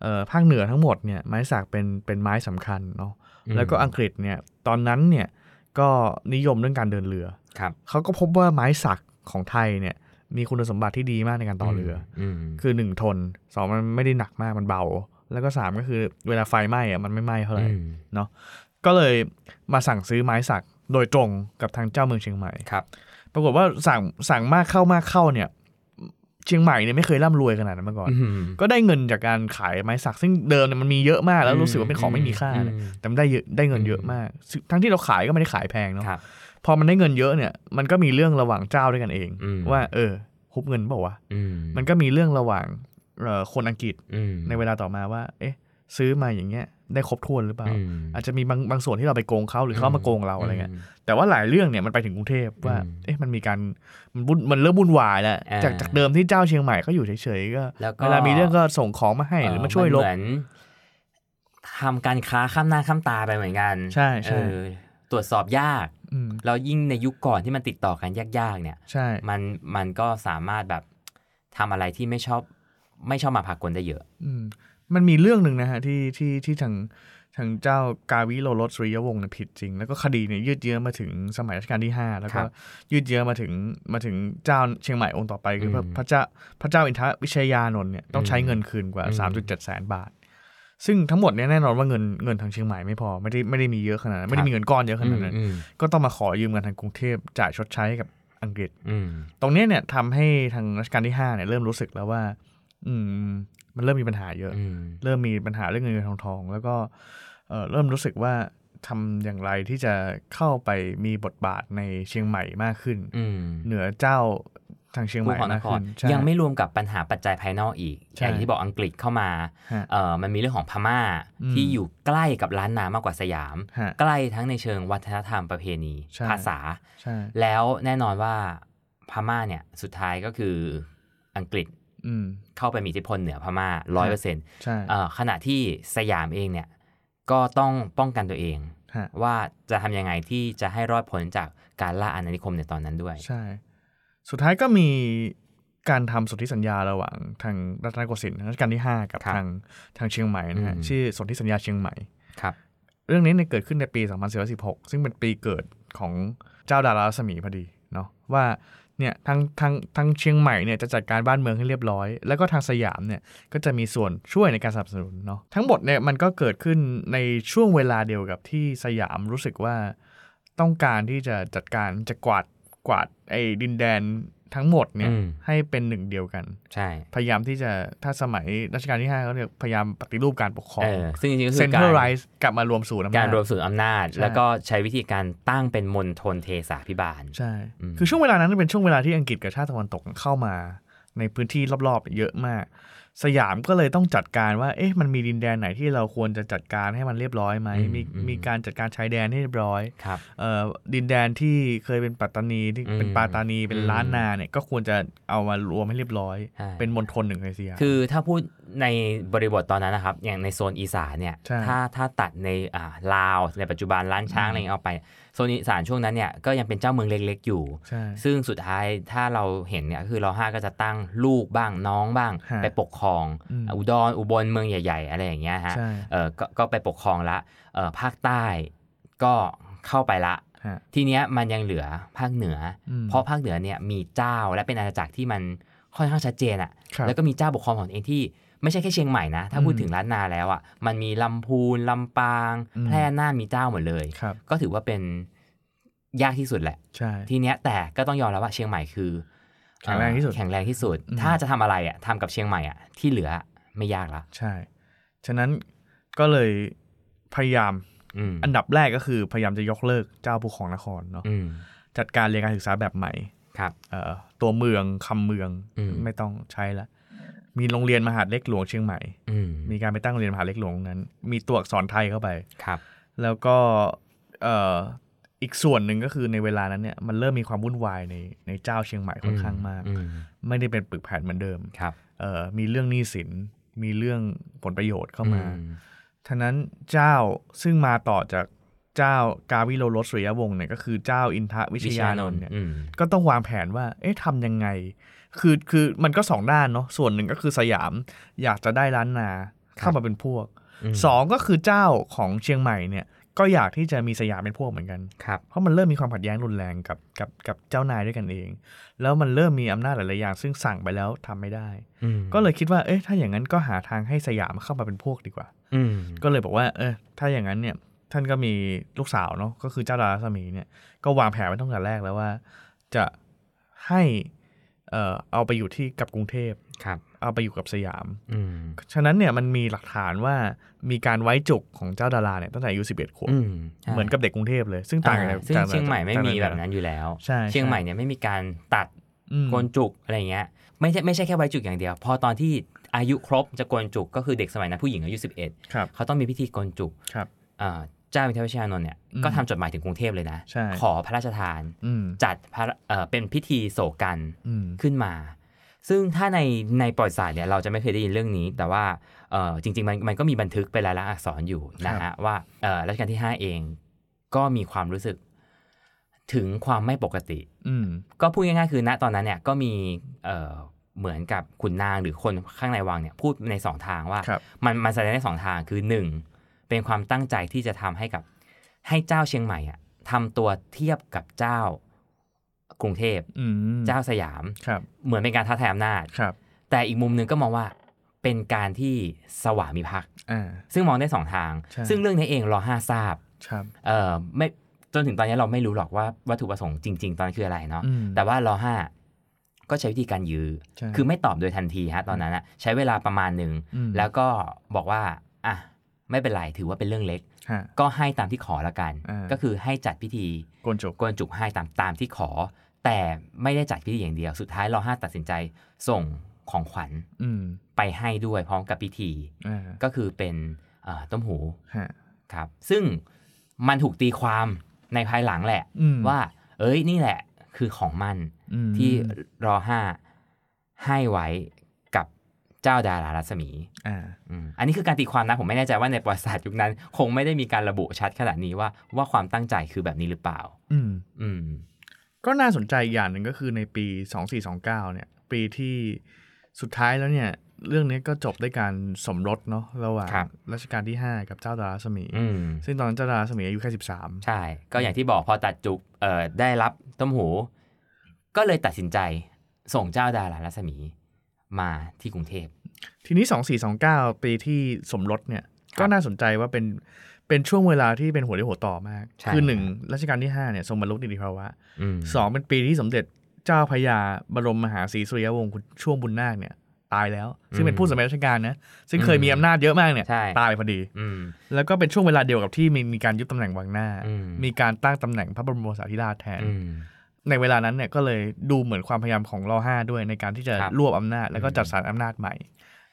Speaker 2: เอ่อภาคเหนือทั้งหมดเนี่ยไม้สักเป็นเป็นไม้สำคัญเนาะ
Speaker 3: อืม
Speaker 2: แล้วก็อังกฤษเนี่ยตอนนั้นเนี่ยก็นิยมเรื่องการเดินเรือ
Speaker 3: ครับ
Speaker 2: เขาก็พบว่าไม้สักของไทยเนี่ยมีคุณสมบัติที่ดีมากในการต่อเรืออ
Speaker 3: ม
Speaker 2: คือหนึ่งทนสองมันไม่ได้หนักมากมันเบา แล้วก็สามก็คือเวลาไฟไหม้อะมันไม่ไหม้เท่าไหร่
Speaker 3: อืม
Speaker 2: ก็เลยมาสั่งซื้อไม้สักโดยตรงกับทางเจ้าเมืองเชียงใหม่
Speaker 3: ครับ
Speaker 2: ปรากฏว่าสั่งสั่งมากเข้ามากเข้าเนี่ยเชียงใหม่เนี่ยไม่เคยร่ำรวยขนาดนั้นมาก่อน
Speaker 3: อืม
Speaker 2: ก็ได้เงินจากการขายไม้สักซึ่งเดิมเนี่ยมันมีเยอะมากแล้วรู้สึกว่าเป็นของไม่มีค่าเนี่ย
Speaker 3: อืม
Speaker 2: แต่มันได้เยอะได้เงินเยอะมากซึ่งทั้งที่เราขายก็ไม่ได้ขายแพงเนาะ
Speaker 3: ครับ
Speaker 2: พอมันได้เงินเยอะเนี่ยมันก็มีเรื่องระหว่างเจ้าด้วยกันเอง
Speaker 3: อืม
Speaker 2: ว่าเออฮุบเงินเปล่าวะ
Speaker 3: อืม
Speaker 2: มันก็มีเรื่องระหว่างเอ่อคนอังกฤษ
Speaker 3: อืม
Speaker 2: ในเวลาต่อมาว่า เอ๊ะ ซื้อมาอย่างเงี้ย ได้ครบถ้วนหรือเปล่า
Speaker 3: อืม
Speaker 2: อาจจะมีบางบางส่วนที่เราไปโกงเขาหรือเขามาโกงเราอะไรเงี้ย
Speaker 3: ม
Speaker 2: แต่ว่าหลายเรื่องเนี่ยมันไปถึงกรุงเทพว่า
Speaker 3: อืม
Speaker 2: เอ๊ะ มันมีการ มันวุ่นมันเริ่มวุ่นวายแล้ว
Speaker 3: อ่า
Speaker 2: จากจากเดิมที่เจ้าเชียงใหม่ก็อยู่เฉยๆก็
Speaker 3: แล้วก็
Speaker 2: เวลามีเรื่องก็ส่งของมาให้หรือมาช่วยลบ
Speaker 3: เนเหมือนทำการค้าข้ามหน้าข้ามตาไปเหมือนกัน
Speaker 2: ใช่ใช่
Speaker 3: เออตรวจสอบยาก
Speaker 2: อืม
Speaker 3: แล้วยิ่งในยุคก่อนที่มันติดต่อกันยากๆ เนี่ย
Speaker 2: ใช่
Speaker 3: มันมันก็สามารถแบบทำอะไรที่ไม่ชอบไม่ชอบมาพากลได้เยอะ
Speaker 2: อืมมันมีเรื่องหนึ่งนะฮะที่ที่ที่ทาง ทางเจ้ากาวิโลรสริยวงศ์เนี่ยผิดจริง แล้วก็คดีเนี่ยยืดเยื้อมาถึงสมัยรัชกาลที่ 5 แล้ว
Speaker 3: ครั
Speaker 2: ก็
Speaker 3: บ
Speaker 2: ยืดเยื้อมาถึงมาถึงเจ้าเชียงใหม่องค์ต่อไปคือพระ
Speaker 3: อืม
Speaker 2: พระเจ้าพระเจ้าอินทรวิชยานนท์เนี่ยต้องใช้
Speaker 3: อืม
Speaker 2: เงินคืนกว่า
Speaker 3: อืม
Speaker 2: 3.7 แสนบาท ซึ่งทั้งหมดเนี่ยแน่นอนว่าเงินเงินทางเชียงใหม่ไม่พอไม่ได้ไม่ได้มีเยอะขนาดนั้นไม่ได้มีเงินก้อนเยอะขนาดนั้น
Speaker 3: อืม
Speaker 2: ก็ต้องมาขอยืมเงินทางกรุงเทพจ่ายชดใช้ให้กับอังกฤษ
Speaker 3: อืม
Speaker 2: ตรงเนี้ยเนี่ยทำให้ทางรัชกาลที่5เนี่ยเริ่มรู้สึกแล้วว่า อืม มันเริ่มมีปัญหาเยอะ
Speaker 3: อืม
Speaker 2: เริ่มมีปัญหาเรื่องเงินเงินทองทอง แล้วก็เอ่อเริ่มรู้สึกว่าทำอย่างไรที่จะเข้าไปมีบทบาทในเชียงใหม่มากขึ้น
Speaker 3: อืม
Speaker 2: เหนือเจ้าทางเชียงให
Speaker 3: ผู้
Speaker 2: ม่
Speaker 3: ครองน
Speaker 2: มาก
Speaker 3: คร
Speaker 2: ขึ้นใช่
Speaker 3: ยังไม่รวมกับปัญหาปัจจัยภายนอกอีก
Speaker 2: ใช่
Speaker 3: อย่างที่บอกอังกฤษเข้ามา
Speaker 2: ฮะ
Speaker 3: เอ่อมันมีเรื่องของพม่า
Speaker 2: อืม
Speaker 3: ที่อยู่ใกล้กับล้านนามากกว่าสยาม
Speaker 2: ฮะ
Speaker 3: ใกล้ทั้งในเชิงวัฒนธรรมประเพณี
Speaker 2: ใช่
Speaker 3: ภาษา
Speaker 2: ใช่
Speaker 3: แล้วแน่นอนว่าพม่าเนี่ยสุดท้ายก็คืออังกฤษ
Speaker 2: อืม
Speaker 3: เข้าไปมีอิทธิพลเหนือพม่าร้อยเปอร์เซ็นต์
Speaker 2: ใช่
Speaker 3: ขณะที่สยามเองเนี่ยก็ต้องป้องกันตัวเอง
Speaker 2: ฮะ
Speaker 3: ว่าจะทำยังไงที่จะให้รอดพ้นจากการล่าอาณานิคมในตอนนั้นด้วย
Speaker 2: ใช่ สุดท้ายก็มีการทำสนธิสัญญาระหว่างทางรัตนโกสินทร์รัชกาลที่ 5 กับ
Speaker 3: ครับ
Speaker 2: ทางทางเชียงใหม่นะฮะ
Speaker 3: อืม
Speaker 2: ชื่อสนธิสัญญาเชียงใหม่
Speaker 3: ครับ
Speaker 2: เรื่องนี้เนี่ยเกิดขึ้นในปี 2416 ซึ่งเป็นปีเกิดของเจ้าดารารัศมีพอดีเนาะว่าเนี่ยทางทางทางเชียงใหม่เนี่ยจะจัดการบ้านเมืองให้เรียบร้อย แล้วก็ทางสยามเนี่ยก็จะมีส่วนช่วยในการสนับสนุนเนาะทั้งหมดเนี่ยมันก็เกิดขึ้นในช่วงเวลาเดียวกับที่สยามรู้สึกว่าต้องการที่จะจัดการจะกวาดกวาดไอ้ดินแดนทั้งหมดเนี่ย
Speaker 3: อืม
Speaker 2: ให้เป็นหนึ่งเดียวกัน
Speaker 3: ใช่
Speaker 2: พยายามที่จะถ้าสมัยรัชกาลที่ห้าเขาเรียกพยายามปฏิรูปการปกครอ
Speaker 3: เอง อซึ่งจริงๆก็
Speaker 2: เซ็
Speaker 3: คื
Speaker 2: นท
Speaker 3: อกา
Speaker 2: รัลไร
Speaker 3: ร
Speaker 2: ส์กลับมารวมศูนย์อำนาจ
Speaker 3: การรวมศูนย์อำนาจ
Speaker 2: ใช่
Speaker 3: แล้วก็ใช้วิธีการตั้งเป็นมณฑลเทสาพิบาล
Speaker 2: ใช่
Speaker 3: อืม
Speaker 2: คือช่วงเวลานั้นเป็นช่วงเวลาที่อังกฤษกับชาติตะวันตกเข้ามา ในพื้นที่รอบๆ เยอะมาก สยามก็เลยต้องจัดการว่า เอ๊ะ มันมีดินแดนไหนที่เราควรจะจัดการให้มันเรียบร้อยไหม มี
Speaker 3: อืม
Speaker 2: มีการจัดการชายแดนให้เรียบร้อย
Speaker 3: ครับ
Speaker 2: เอ่อ ดินแดนที่เคยเป็นปัตตานีที่เป็น
Speaker 3: อืม
Speaker 2: ปาตานี เป็น
Speaker 3: อืม
Speaker 2: ล้านนาเนี่ย ก็ควรจะเอามารวมให้เรียบร้อย
Speaker 3: ใช่
Speaker 2: เป็นมณฑลหนึ่งเลยเสีย
Speaker 3: คือถ้าพูดในบริบทตอนนั้นนะครับ อย่างในโซนอีสานเนี่ย
Speaker 2: ใช่
Speaker 3: ถ้าถ้าตัดในอ่าลาวในปัจจุบันล้านช้าง
Speaker 2: อืม
Speaker 3: อะไรเงี้ยเอาไป โซนอีสานช่วงนั้นเนี่ยก็ยังเป็นเจ้าเมืองเล็กๆอยู่
Speaker 2: ใช่
Speaker 3: ซึ่งสุดท้ายถ้าเราเห็นเนี่ยคือเราห้าก็จะตั้งลูกบ้างน้องบ้าง
Speaker 2: ฮะ
Speaker 3: ไปปกครอง
Speaker 2: อืม
Speaker 3: อุดรอุบลเมืองใหญ่ ๆ อะไรอย่างเงี้ยฮะ
Speaker 2: ใช่
Speaker 3: เออก็ก็ไปปกครองละเออภาคใต้ก็เข้าไปละ
Speaker 2: ฮะ
Speaker 3: ทีเนี้ยมันยังเหลือภาคเหนืออ
Speaker 2: อืม
Speaker 3: เพราะภาคเหนือเนี่ยมีเจ้าและเป็นอาณาจักรที่มันค่อนข้างชัดเจนอะ
Speaker 2: ครับ
Speaker 3: แล้วก็มีเจ้าปกครองของตัวเองที่ไม่ใช่แค่เชียงใหม่นะ ถ้าพูด
Speaker 2: อืม
Speaker 3: ถึงล้านนาแล้วอะมันมีลำพูนลำปาง
Speaker 2: อืม
Speaker 3: แพร่น่านมีเจ้าหมดเลย
Speaker 2: ครับ
Speaker 3: ก็ถือว่าเป็นยากที่สุดแหละ
Speaker 2: ใช่
Speaker 3: ทีเนี้ยแต่ก็ต้องยอมรับว่าเชียงใหม่คือ
Speaker 2: แข็งแรงที่สุด
Speaker 3: แข็งแรงที่สุด
Speaker 2: อืม
Speaker 3: ถ้าจะทำอะไรอะทำกับเชียงใหม่อะที่เหลือไม่ยากละ
Speaker 2: ใช่ ฉะนั้นก็เลยพยายาม
Speaker 3: อืม
Speaker 2: อันดับแรกก็คือพยายามจะยกเลิกเจ้าผู้ครองนครเนาะ
Speaker 3: อืม
Speaker 2: จัดการเรียนการศึกษาแบบใหม่
Speaker 3: ครับ
Speaker 2: เอ่อตัวเมืองคำเมือง
Speaker 3: อืม
Speaker 2: ไม่ต้องใช้ละมีโรงเรียนมหาดเล็กหลวงเชียงใหม่
Speaker 3: อืม
Speaker 2: มีการไปตั้งโรงเรียนมหาดเล็กหลวงตรงนั้น มีตัวอักษรไทยเข้าไป
Speaker 3: ครับ
Speaker 2: แล้วก็เอ่ออีกส่วนหนึ่งก็คือในเวลานั้นเนี่ยมันเริ่มมีความวุ่นวายในในเจ้าเชียงใหม่ค่อนข้างมาก
Speaker 3: อื
Speaker 2: ไม่ได้เป็นปึกแผ่นเหมือนเดิม
Speaker 3: ครับ
Speaker 2: เอ่อมีเรื่องหนี้สินมีเรื่องผลประโยชน์เข้ามา
Speaker 3: อื
Speaker 2: ทะนั้นเจ้าซึ่งมาต่อจากเจ้ากาวิโลรสสุริยวงศ์เนี่ยก็คือเจ้าอินทวิชยานนท์เนี่ย
Speaker 3: อืม
Speaker 2: ก็ต้องวางแผนว่า เอ๊ะทำยังไง คือคือมันก็สองด้านเนาะส่วนหนึ่งก็คือสยามอยากจะได้ล้านนาเข้ามาเป็นพวก
Speaker 3: อืม
Speaker 2: สองก็คือเจ้าของเชียงใหม่เนี่ยก็อยากที่จะมีสยามเป็นพวกเหมือนกัน
Speaker 3: ครับ
Speaker 2: เพราะมันเริ่มมีความขัดแย้งรุนแรงกับกับกับเจ้านายด้วยกันเอง แล้วมันเริ่มมีอำนาจหลายๆอย่าง ซึ่งสั่งไปแล้วทำไม่ได้
Speaker 3: อืม
Speaker 2: ก็เลยคิดว่าเอ๊ะถ้าอย่างนั้นก็หาทางให้สยามเข้ามาเป็นพวกดีกว่า
Speaker 3: อืม
Speaker 2: ก็เลยบอกว่า เออ ถ้าอย่างนั้นเนี่ย ท่านก็มีลูกสาวเนาะ ก็คือเจ้าดาราสมีเนี่ย ก็วางแผนไว้ตั้งแต่แรกแล้วว่า จะให้ เอ่อ เอาไปอยู่ที่กับกรุงเทพ
Speaker 3: ครับ
Speaker 2: เอาไปอยู่กับสยาม
Speaker 3: อืม
Speaker 2: ฉะนั้นเนี่ยมันมีหลักฐานว่ามีการไว้จุกของเจ้าดาราเนี่ยตั้งแต่อายุ11ขวบ
Speaker 3: อืมใช่
Speaker 2: เหมือนกับเด็กกรุงเทพเลย ซึ่งต่างกันจา
Speaker 3: อ่
Speaker 2: ก
Speaker 3: ซึ่ง
Speaker 2: จาก
Speaker 3: เชียงใหม่ไม่
Speaker 2: จาก
Speaker 3: มีแบบ
Speaker 2: ะ
Speaker 3: นั้นอยู่แล้ว
Speaker 2: ใช่
Speaker 3: เชียง
Speaker 2: ใช่
Speaker 3: ใหม่เนี่ยไม่มีการตัด
Speaker 2: อืม
Speaker 3: โกนจุกอะไรเงี้ย ไม่ใช่ไม่ใช่แค่ไว้จุกอย่างเดียว พอตอนที่อายุครบจะโกนจุกก็คือเด็กสมัยนั้นผู้หญิงอายุ 11
Speaker 2: ครับ
Speaker 3: เขาต้องมีพิธีโกนจุก
Speaker 2: ครับ
Speaker 3: เอ่อเจ้าวิทยาชยานนท์เนี่ย
Speaker 2: อืม
Speaker 3: ก็ทำจดหมายถึงกรุงเทพเลยนะ
Speaker 2: ใช่
Speaker 3: ขอพระราชทาน
Speaker 2: อืม
Speaker 3: จัดพระเอ่อเป็นพิธีโศกัน
Speaker 2: อืม
Speaker 3: ขึ้นมา ซึ่งถ้าในในประวัติศาสตร์เนี่ยเราจะไม่เคยได้ยินเรื่องนี้ แต่ว่าเอ่อจริงๆมันมันก็มีบันทึกเป็นลายลักษณ์อักษรอยู่นะ
Speaker 2: ครั
Speaker 3: ฮะ
Speaker 2: บ
Speaker 3: ว่าเอ่อรัชกาลที่ 5 เองก็มีความรู้สึกถึงความไม่ปกติ
Speaker 2: อืม
Speaker 3: ก็พูดง่ายๆคือณตอนนั้นเนี่ยก็มีเอ่อเหมือนกับขุนนางหรือคนข้างในวังเนี่ยพูดในสองทางว่า
Speaker 2: ครับ
Speaker 3: มันมันแสดงได้สองทางคือหนึ่ง เป็นความตั้งใจที่จะทำให้กับให้เจ้าเชียงใหม่อะทำตัวเทียบกับเจ้ากรุงเทพ
Speaker 2: อืม
Speaker 3: เจ้าสยาม
Speaker 2: ครับ
Speaker 3: เหมือนเป็นการท้าทายอำนาจ
Speaker 2: ครับ
Speaker 3: แต่อีกมุมหนึ่งก็มองว่าเป็นการที่สวามิภักดิ์
Speaker 2: อ่า
Speaker 3: ซึ่งมองได้สองทาง
Speaker 2: ใช่
Speaker 3: ซึ่งเรื่องนี้เองรอห้าทราบ
Speaker 2: ครับ
Speaker 3: เออไม่จนถึงตอนนี้เราไม่รู้หรอกว่าวัตถุประสงค์จริง ๆ ตอนนนคืออะไรเนาะ
Speaker 2: อืม
Speaker 3: แต่ว่ารอห้าก็ใช้วิธีการยื้อ
Speaker 2: ใช่
Speaker 3: คือไม่ตอบโดยทันทีฮะตอนนั้นอะใช้เวลาประมาณหนึ่ง
Speaker 2: อืม
Speaker 3: แล้วก็บอกว่าอ่ะไม่เป็นไรถือว่าเป็นเรื่องเล็ก
Speaker 2: ฮะ
Speaker 3: ก็ให้ตามที่ขอละกัน
Speaker 2: อ่า
Speaker 3: ก็คือให้จัดพิธี
Speaker 2: โกนจบ
Speaker 3: กวนจุกให้ตามตามที่ขอ แต่ไม่ได้จัดพิธีอย่างเดียว สุดท้ายรอห้าตัดสินใจส่งของขวัญ
Speaker 2: อืม
Speaker 3: ไปให้ด้วยพร้อมกับพิธี
Speaker 2: อ่า
Speaker 3: ก็คือเป็นเอ่อต้มหู
Speaker 2: ฮะ
Speaker 3: ครับ ซึ่งมันถูกตีความในภายหลังแหละ
Speaker 2: อืม
Speaker 3: ว่า เอ้ยนี่แหละคือของมัน
Speaker 2: อืม
Speaker 3: ที่รอห้าให้ไว้กับเจ้าดารารัศมี
Speaker 2: อ่า
Speaker 3: อืมอันนี้คือการตีความนะผมไม่แน่ใจว่าในประวัติศาสตร์ยุคนั้น คงไม่ได้มีการระบุชัดขนาดนี้ว่าว่าความตั้งใจคือแบบนี้หรือเปล่า
Speaker 2: อืม
Speaker 3: อืม
Speaker 2: ก็น่าสนใจอีกอย่างหนึ่งก็คือในปี 2429 เนี่ย ปีที่สุดท้ายแล้วเนี่ย เรื่องนี้ก็จบด้วยการสมรสเนาะระหว่าง
Speaker 3: ครับ
Speaker 2: รัชกาลที่ 5 กับเจ้าดาราสมี
Speaker 3: อืม
Speaker 2: ซึ่งตอนนั้นเจ้าดาราสมีอายุแค่ 13
Speaker 3: ใช่ ก็อย่างที่บอกพอตัดจุกเอ่อได้รับต้มหู ก็เลยตัดสินใจส่งเจ้าดารารัศมีมาที่กรุงเทพ
Speaker 2: ทีนี้ 2429 ปีที่สมรสเนี่ย
Speaker 3: ครับ
Speaker 2: ก็น่าสนใจว่าเป็นเป็นช่วงเวลาที่เป็นหัวเรี่ยวหัวต่อมาก
Speaker 3: ใช่
Speaker 2: คือ
Speaker 3: ครับ
Speaker 2: หนึ่งรัชกาลที่ 5 เนี่ยทรงบรรลุนิติภาวะ
Speaker 3: อืม
Speaker 2: สองเป็นปีที่สมเด็จเจ้าพระยาบรมมหาศรีสุริยวงศ์ช่วงบุญนาคเนี่ยตายแล้ว ซึ่งเป็นผู้สมัยราชการนะซึ่งเคยมีอำนาจเยอะมากเนี่ย
Speaker 3: ใช่
Speaker 2: ตายพอดี
Speaker 3: อืม
Speaker 2: แล้วก็เป็นช่วงเวลาเดียวกับที่มีมีการยุบตำแหน่งวังหน้า
Speaker 3: อืม
Speaker 2: มีการตั้งตำแหน่งพระบรมโสาธิราชแทน
Speaker 3: อืม
Speaker 2: ในเวลานั้นเนี่ยก็เลยดูเหมือนความพยายามของรอห้าด้วยในการที่จะ
Speaker 3: ครับ
Speaker 2: รวบอำนาจ แล้วก็
Speaker 3: อืม
Speaker 2: จัดสรรอำนาจใหม่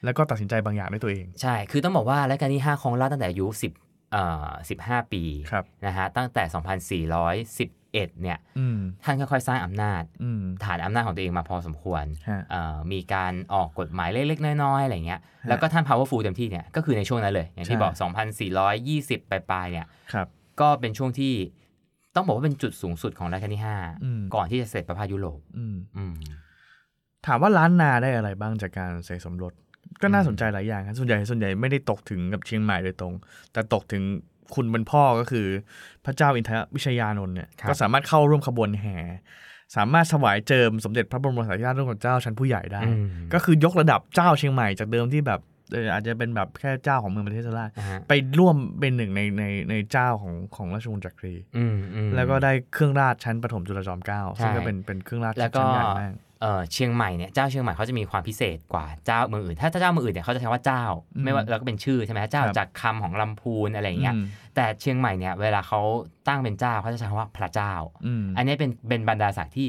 Speaker 2: แล้วก็ตัดสินใจบางอย่างด้วยตัวเอง
Speaker 3: ใช่ คือต้องบอกว่ารัชกาลที่ 5 ของราชตั้งแต่อายุ10เอ่อ15 ปี
Speaker 2: ครับ
Speaker 3: นะฮะ ตั้งแต่ 2411 เนี่ย
Speaker 2: อืม
Speaker 3: ท่านค่อยๆ สร้างอำนาจ
Speaker 2: อืม
Speaker 3: ฐานอำนาจของตัวเองมาพอสมควร
Speaker 2: ฮะ
Speaker 3: เอ่อมีการออกกฎหมายเล็กๆ น้อยๆ อะไรเงี้ย
Speaker 2: ฮะ
Speaker 3: แล้วก็ท่าน powerful เต็มที่เนี่ย ก็คือในช่วงนั้นเลย อย่างที่
Speaker 2: ใช่
Speaker 3: บอก 2420 ปลายๆ เนี่ย
Speaker 2: ครับ
Speaker 3: ก็เป็นช่วงที่ต้องบอกว่าเป็นจุดสูงสุดของรัชกาลที่
Speaker 2: อืม
Speaker 3: 5 ก่อนที่จะเสร็จประพาสยุโรป
Speaker 2: อืม
Speaker 3: อืม
Speaker 2: ถามว่าล้านนาได้อะไรบ้างจากการเสกสมรสก็น่า
Speaker 3: อืม
Speaker 2: สนใจหลายอย่างครับส่วนใหญ่ส่วนใหญ่ไม่ได้ตกถึงกับเชียงใหม่โดยตรง แต่ตกถึงคุณบรรพ่อก็คือ พระเจ้าอินทรวิชยานนท์เนี่ยก็สามารถเข้าร่วมขบวนแห่ สามารถถวายเจิมสมเด็จพระบรมสารีราชร่วมกับเจ้าชั้นผู้ใหญ่ได้
Speaker 3: อืม
Speaker 2: ก็คือยกระดับเจ้าเชียงใหม่จากเดิมที่แบบเอออาจจะเป็นแบบแค่เจ้าของเมืองประเทศราช
Speaker 3: นะฮะ
Speaker 2: ไปร่วมเป็นหนึ่งในในในเจ้าของของราชวงศ์จักรี
Speaker 3: อืมอืม
Speaker 2: แล้วก็ได้เครื่องราชชั้นปฐมจุลจอมเกล้าซึ่งก็
Speaker 3: ใช่
Speaker 2: เป็นเป็นเครื่องราช
Speaker 3: แล้
Speaker 2: ชั้
Speaker 3: วก็
Speaker 2: นใหญ่มาก
Speaker 3: เอ่อเชียงใหม่เนี่ยเจ้าเชียงใหม่เขาจะมีความพิเศษกว่าเจ้าเมืองอื่น ถ้าถ้าเจ้าเมืองอื่นเนี่ยเขาจะใช้ว่าเจ้า ไม่ว่าเราก็เป็นชื่อใช่ไหมเจ้าจากคำของลำพูนอะไรอย่างเงี้ย
Speaker 2: อืม
Speaker 3: แต่เชียงใหม่เนี่ยเวลาเขาตั้งเป็นเจ้าเขาจะใช้คำว่าพระเจ้า
Speaker 2: อืม
Speaker 3: อันนี้เป็นเป็นบรรดาศักดิ์ที่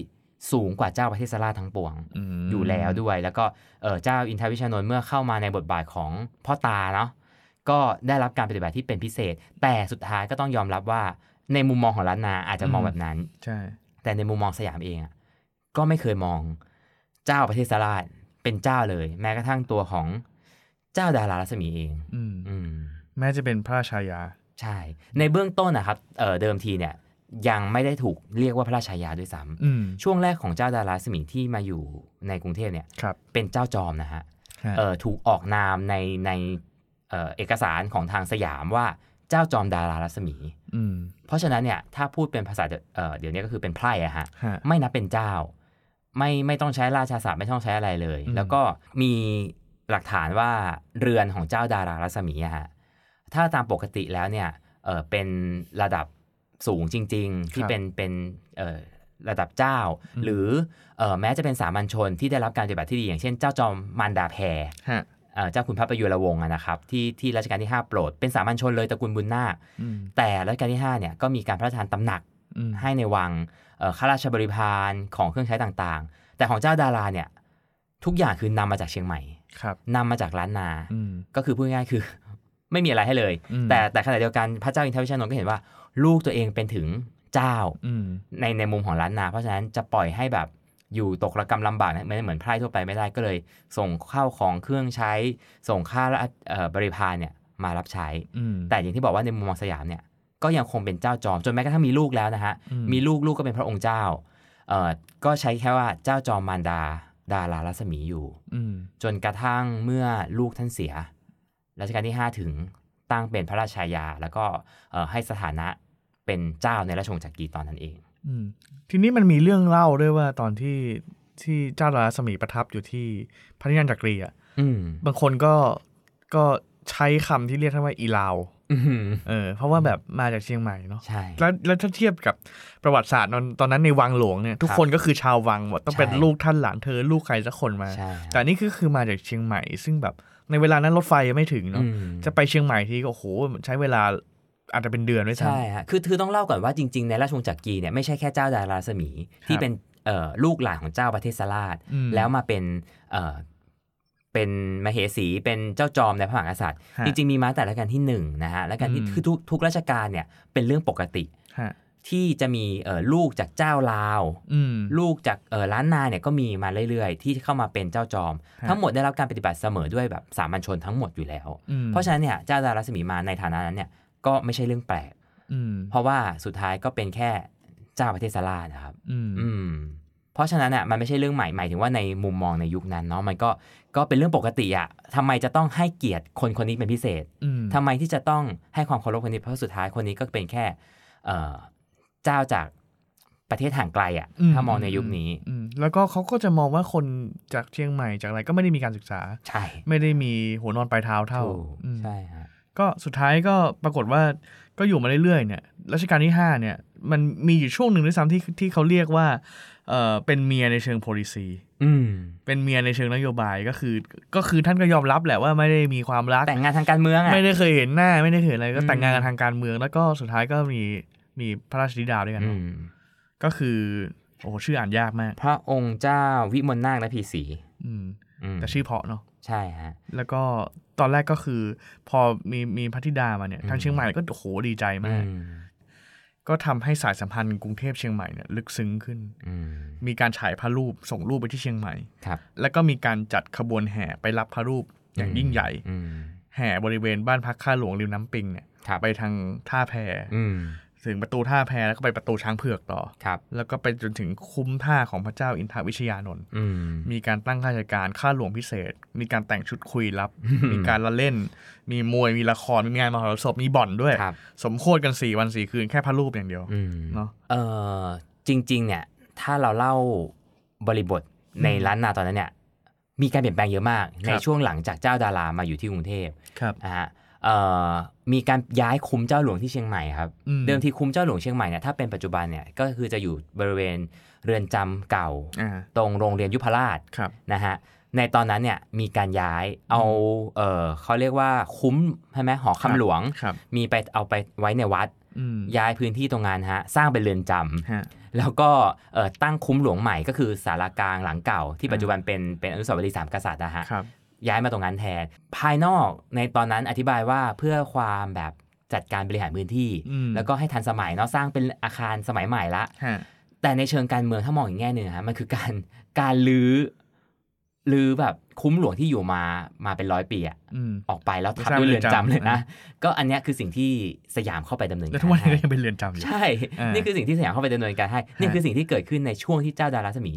Speaker 3: สูงกว่าเจ้าประเทศราชทั้งปวง
Speaker 2: ม
Speaker 3: อยู่แล้วด้วยแล้วก็เอ่อเจ้าอินทวิชานนท์เมื่อเข้ามาในบทบาทของพ่อตาเนาะก็ได้รับการปฏิบัติที่เป็นพิเศษ แต่สุดท้ายก็ต้องยอมรับว่า ในมุมมองของล้านนาอาจจะมองแบบนั้น
Speaker 2: ใช่
Speaker 3: แต่ในมุมมองสยามเองอะก็ไม่เคยมองเจ้าประเทศราชเป็นเจ้าเลย แม้กระทั่งตัวของเจ้าดารารัศมีเอง
Speaker 2: อืม
Speaker 3: อืม
Speaker 2: แม้จะเป็นพระราชายา
Speaker 3: ใช่ ในเบื้องต้นนะครับเอ่อเดิมทีเนี่ยยังไม่ได้ถูกเรียกว่าพระราชายาด้วยซ้ำ
Speaker 2: อืม
Speaker 3: ช่วงแรกของเจ้าดารารัศมีที่มาอยู่ในกรุงเทพเนี่ย
Speaker 2: ครับ
Speaker 3: เป็นเจ้าจอมนะฮะ
Speaker 2: ฮะ
Speaker 3: เอ่อถูกออกนามในในเอ่อเอกสารของทางสยามว่าเจ้าจอมดารารัศมี
Speaker 2: อืม
Speaker 3: เพราะฉะนั้นเนี่ยถ้าพูดเป็นภาษาเอ่อเดี๋ยวนี้ก็คือเป็นไพร่อะฮะ
Speaker 2: ฮะ
Speaker 3: ไม่นับเป็นเจ้า ไม่ไม่ต้องใช้ราชาศัพท์ไม่ต้องใช้อะไรเลย
Speaker 2: อืม
Speaker 3: แล้วก็มีหลักฐานว่าเรือนของเจ้าดารารัศมีอะฮะถ้าตามปกติแล้วเนี่ยเอ่อเป็นระดับสูงจริง ๆ ที่เป็นเป็นเอ่อระดับเจ้า หรือเอ่อแม้จะเป็นสามัญชนที่ได้รับการปฏิบัติที่ดีอย่างเช่นเจ้าจอมมารดาแพร
Speaker 2: ฮะ
Speaker 3: เอ่อเจ้าคุณพระประยุรวงศ์อะนะครับที่ที่รัชกาลที่ 5 โปรด เป็นสามัญชนเลยตระกูลบุญนาค
Speaker 2: อืม
Speaker 3: แต่รัชกาลที่5เนี่ยก็มีการพระราชทานตำหนัก
Speaker 2: อืม
Speaker 3: ให้ในวังเอ่อข้าราชบริพารของเครื่องใช้ต่างๆ แต่ของเจ้าดาราเนี่ยทุกอย่างคือนำมาจากเชียงใหม่
Speaker 2: ครับ
Speaker 3: นำมาจากล้านนา
Speaker 2: อืม
Speaker 3: ก็คือพูดง่ายๆคือ ไม่มีอะไรให้เลย
Speaker 2: อืม
Speaker 3: แต่แต่ขณะเดียวกันพระเจ้าอินทวิชานนท์ก็เห็นว่า ลูกตัวเองเป็นถึงเจ้า
Speaker 2: อืม
Speaker 3: ในในมุมของล้านนา เพราะฉะนั้นจะปล่อยให้แบบอยู่ตกระกำลำบากเหมือนเหมือนไพร่ทั่วไปไม่ได้ก็เลย ส่งข้าวของเครื่องใช้ ส่งข้าราชเอ่อบริพารเนี่ยมารับใช้
Speaker 2: อืม
Speaker 3: แต่อย่างที่บอกว่าในมุมมองสยามเนี่ยก็ยังคงเป็นเจ้าจอมจนแม้กระทั่งมีลูกแล้วนะฮะ
Speaker 2: อืม
Speaker 3: มีลูกลูกก็เป็นพระองค์เจ้าเอ่อก็ใช้แค่ว่าเจ้าจอมมารดาดารารัศมีอยู่
Speaker 2: อืม
Speaker 3: จนกระทั่งเมื่อลูกท่านเสียรัชกาลที่ 5 ถึง ตั้งเป็นพระราชายา แล้วก็เอ่อให้สถานะเป็นเจ้าในราชวงศ์จักรีตอนนั้นเอง
Speaker 2: อืมทีนี้มันมีเรื่องเล่าด้วยว่าตอนที่ที่เจ้าราสมีประทับอยู่ที่พระที่นั่งจักรีอ่ะ
Speaker 3: อืม
Speaker 2: บางคนก็ก็ใช้คำที่เรียกท่านว่าอีลาว
Speaker 3: อื้อหือ
Speaker 2: เออเพราะว่าแบบมาจากเชียงใหม่เนาะ
Speaker 3: ใช่
Speaker 2: แล้วแล้วถ้าเทียบกับประวัติศาสตร์ตอนตอนนั้นในวังหลวงเนี่ยทุกคนก็คือชาววังหมดต้องเป็น
Speaker 3: ใช่
Speaker 2: ลูกท่านหลานเธอลูกใครสักคนมา
Speaker 3: ใช่ครับ
Speaker 2: แต่นี่คือคือมาจากเชียงใหม่ ซึ่งแบบในเวลานั้นรถไฟยังไม่ถึงเนาะ
Speaker 3: อืม
Speaker 2: จะไปเชียงใหม่ทีก็โอ้โหใช้เวลาอาจจะเป็นเดือนด้วยซ้
Speaker 3: ใช่ฮะ คือคือต้องเล่าก่อนว่าจริง ๆ ในราชวงศ์จักรีเนี่ยไม่ใช่แค่เจ้าดาราสมี ที่เป็นเอ่อลูกหลานของเจ้าประเทศสลาด
Speaker 2: อืม
Speaker 3: แล้วมาเป็นเอ่อเป็นมเหสีเป็นเจ้าจอมในพระมหากษัตริย์
Speaker 2: ฮะ
Speaker 3: จริง ๆ มีมาตั้งแต่รัชกาลที่หนึ่งนะฮะรัชกาลที่
Speaker 2: อืม
Speaker 3: คือทุกทุกราชการเนี่ยเป็นเรื่องปกติ
Speaker 2: ำฮะ
Speaker 3: ที่จะมีเอ่อลูกจากเจ้าลาว
Speaker 2: อืม
Speaker 3: ลูกจากเอ่อล้านนาเนี่ยก็มีมาเรื่อย ๆ ที่เข้ามาเป็นเจ้าจอม
Speaker 2: ฮะ
Speaker 3: ทั้งหมดได้รับการปฏิบัติเสมอด้วยแบบสามัญชนทั้งหมดอยู่แล้ว
Speaker 2: อืม
Speaker 3: เพราะฉะนั้นเนี่ยเจ้าดาราสมีมาในฐานะนั้นเนี่ยก็ไม่ใช่เรื่องแปลก
Speaker 2: อืม
Speaker 3: เพราะว่าสุดท้ายก็เป็นแค่เจ้าประเทศสลาดนะครับ
Speaker 2: อืม
Speaker 3: อืม เพราะฉะนั้นอ่ะมันไม่ใช่เรื่องใหม่หมายถึงว่าในมุมมองในยุคนั้นเนาะมันก็ก็เป็นเรื่องปกติอ่ะทำไมจะต้องให้เกียรติคนคนนี้เป็นพิเศษ
Speaker 2: อืม
Speaker 3: ทำไมที่จะต้องให้ความเคารพคนนี้เพราะสุดท้ายคนนี้ก็เป็นแค่เอ่อเจ้าจากประเทศห่างไกลอ่ะถ้ามองในยุคนี้
Speaker 2: อืมแล้วก็เขาก็จะมองว่าคนจากเชียงใหม่จากอะไรก็ไม่ได้มีการศึกษา
Speaker 3: ใช่
Speaker 2: ไม่ได้มีหัวนอนปลายเท้าเท่า
Speaker 3: ถูก
Speaker 2: อืม
Speaker 3: ใช่ฮะ
Speaker 2: ก็สุดท้ายก็ปรากฏว่าก็อยู่มาเรื่อยๆเนี่ยรัชกาลที่ 5 เนี่ย มันมีอยู่ช่วงหนึ่งด้วยซ้ำที่ที่เขาเรียกว่าเออเป็นเมียในเชิง policy
Speaker 3: อืม
Speaker 2: เป็นเมียในเชิงนโยบายก็คือ ก็คือท่านก็ยอมรับแหละว่าไม่ได้มีความรัก
Speaker 3: แต่งงานทางการเมืองอ่ะ
Speaker 2: ไม่ได้เคยเห็นหน้าไม่ได้เคยเห็นอะไรก็
Speaker 3: อืม
Speaker 2: แต่งงานกันทางการเมืองแล้วก็สุดท้ายก็มีมีพระราชธิดาด้วยกัน
Speaker 3: อื
Speaker 2: เนอะ
Speaker 3: ม
Speaker 2: ก็คือโอ้โหชื่ออ่านยากมาก
Speaker 3: พระองค์เจ้าวิมลนาคและพีสี
Speaker 2: อืม
Speaker 3: อืม
Speaker 2: แต่ชื่อเพราะเนาะ
Speaker 3: ใช่ฮะ
Speaker 2: แล้วก็ตอนแรกก็คือ พอมีมีพระธิดามาเนี่ย
Speaker 3: อืม
Speaker 2: ทางเชียงใหม่ก็โอ้โหดีใจมาก
Speaker 3: อืม
Speaker 2: ก็ทำให้สายสัมพันธ์กรุงเทพเชียงใหม่เนี่ยลึกซึ้งขึ้น
Speaker 3: อืม
Speaker 2: มีการฉายพระรูปส่งรูปไปที่เชียงใหม่
Speaker 3: ครับ
Speaker 2: แล้วก็มีการจัดขบวนแห่ไปรับพระรูปอย่างยิ่งใหญ่
Speaker 3: อืม
Speaker 2: แห่บริเวณบ้านพักข้าหลวงริมน้ำปิงเนี่ย
Speaker 3: ครับ
Speaker 2: ไปทางท่าแพ
Speaker 3: อืม
Speaker 2: ถึงประตูท่าแพแล้วก็ไปประตูช้างเผือกต่อ
Speaker 3: ครับ
Speaker 2: แล้วก็ไปจนถึงคุ้มท่าของพระเจ้าอินทวิชยานนท์
Speaker 3: อืม
Speaker 2: มีการตั้งข้าราชการข้าหลวงพิเศษ มีการแต่งชุดคุยลับ
Speaker 3: อืม
Speaker 2: มีการละเล่น มีมวยมีละครมีงานมหรสพมีบ่อนด้วย
Speaker 3: ครับ
Speaker 2: สมโคตรกันสี่วันสี่คืนแค่พระรูปอย่างเดียว
Speaker 3: อืม
Speaker 2: เนาะ
Speaker 3: เออจริง ๆ เนี่ย ถ้าเราเล่าบริบทในร้านนาตอนนั้นเนี่ย มีการเปลี่ยนแปลงเยอะมาก
Speaker 2: ครับ
Speaker 3: ในช่วงหลังจากเจ้าดารามาอยู่ที่กรุงเทพ
Speaker 2: ครับ
Speaker 3: นะฮะเอ่อมีการย้ายคุ้มเจ้าหลวงที่เชียงใหม่ครับ
Speaker 2: อืม
Speaker 3: เดิมทีคุ้มเจ้าหลวงเชียงใหม่เนี่ยถ้าเป็นปัจจุบันเนี่ยก็คือจะอยู่บริเวณเรือนจำเก่า
Speaker 2: อ่า
Speaker 3: ตรงโรงเรียนยุพราช
Speaker 2: ครับ
Speaker 3: นะฮะในตอนนั้นเนี่ยมีการย้ายเอาเออเขาเรียกว่าคุ้มใช่ไหมหอ
Speaker 2: ครับ
Speaker 3: คำหลวง
Speaker 2: ครับ
Speaker 3: มีไปเอาไปไว้ในวัด
Speaker 2: อืม
Speaker 3: ย้ายพื้นที่ตรงงานฮะสร้างเป็นเรือนจำ
Speaker 2: ฮะ
Speaker 3: แล้วก็เอ่อตั้งคุ้มหลวงใหม่ก็คือสารากลางหลังเก่า ที่
Speaker 2: อ่า
Speaker 3: ปัจจุบันเป็นเป็นอนุสาวรีย์สามกษัตริย์นะฮะ
Speaker 2: ครับ
Speaker 3: ย้ายมาตรงนั้นแทน ภายนอกในตอนนั้นอธิบายว่าเพื่อความแบบจัดการบริหารพื้นที่
Speaker 2: อืม
Speaker 3: แล้วก็ให้ทันสมัยเนาะสร้างเป็นอาคารสมัยใหม่ละ
Speaker 2: ฮะ
Speaker 3: แต่ในเชิงการเมืองถ้ามองอีกแง่หนึ่งอะฮะมันคือการการลือ้อลื้อแบบคุ้มหลวงที่อยู่มามาเป็นร้อยปีอะ
Speaker 2: อืม
Speaker 3: ออกไปแล้วทับ
Speaker 2: สร้าง
Speaker 3: ด้วย
Speaker 2: เรื
Speaker 3: เรือ อน น
Speaker 2: จำ
Speaker 3: จำเลยนะ ก็อันเนี้ยคือสิ่งที่สยามเข้าไปดำเนิน
Speaker 2: แล้ว
Speaker 3: การ
Speaker 2: ทุกวันนี้
Speaker 3: ให้
Speaker 2: ก็ยังเป็นเรือนจำอยู่
Speaker 3: ใช่
Speaker 2: อ่านี่
Speaker 3: นี่คือสิ่งที่สยามเข้าไปดำเนินการให้ นี่คือสิ่งที่เกิดขึ้นในช่วงที่เจ้าดาราสมี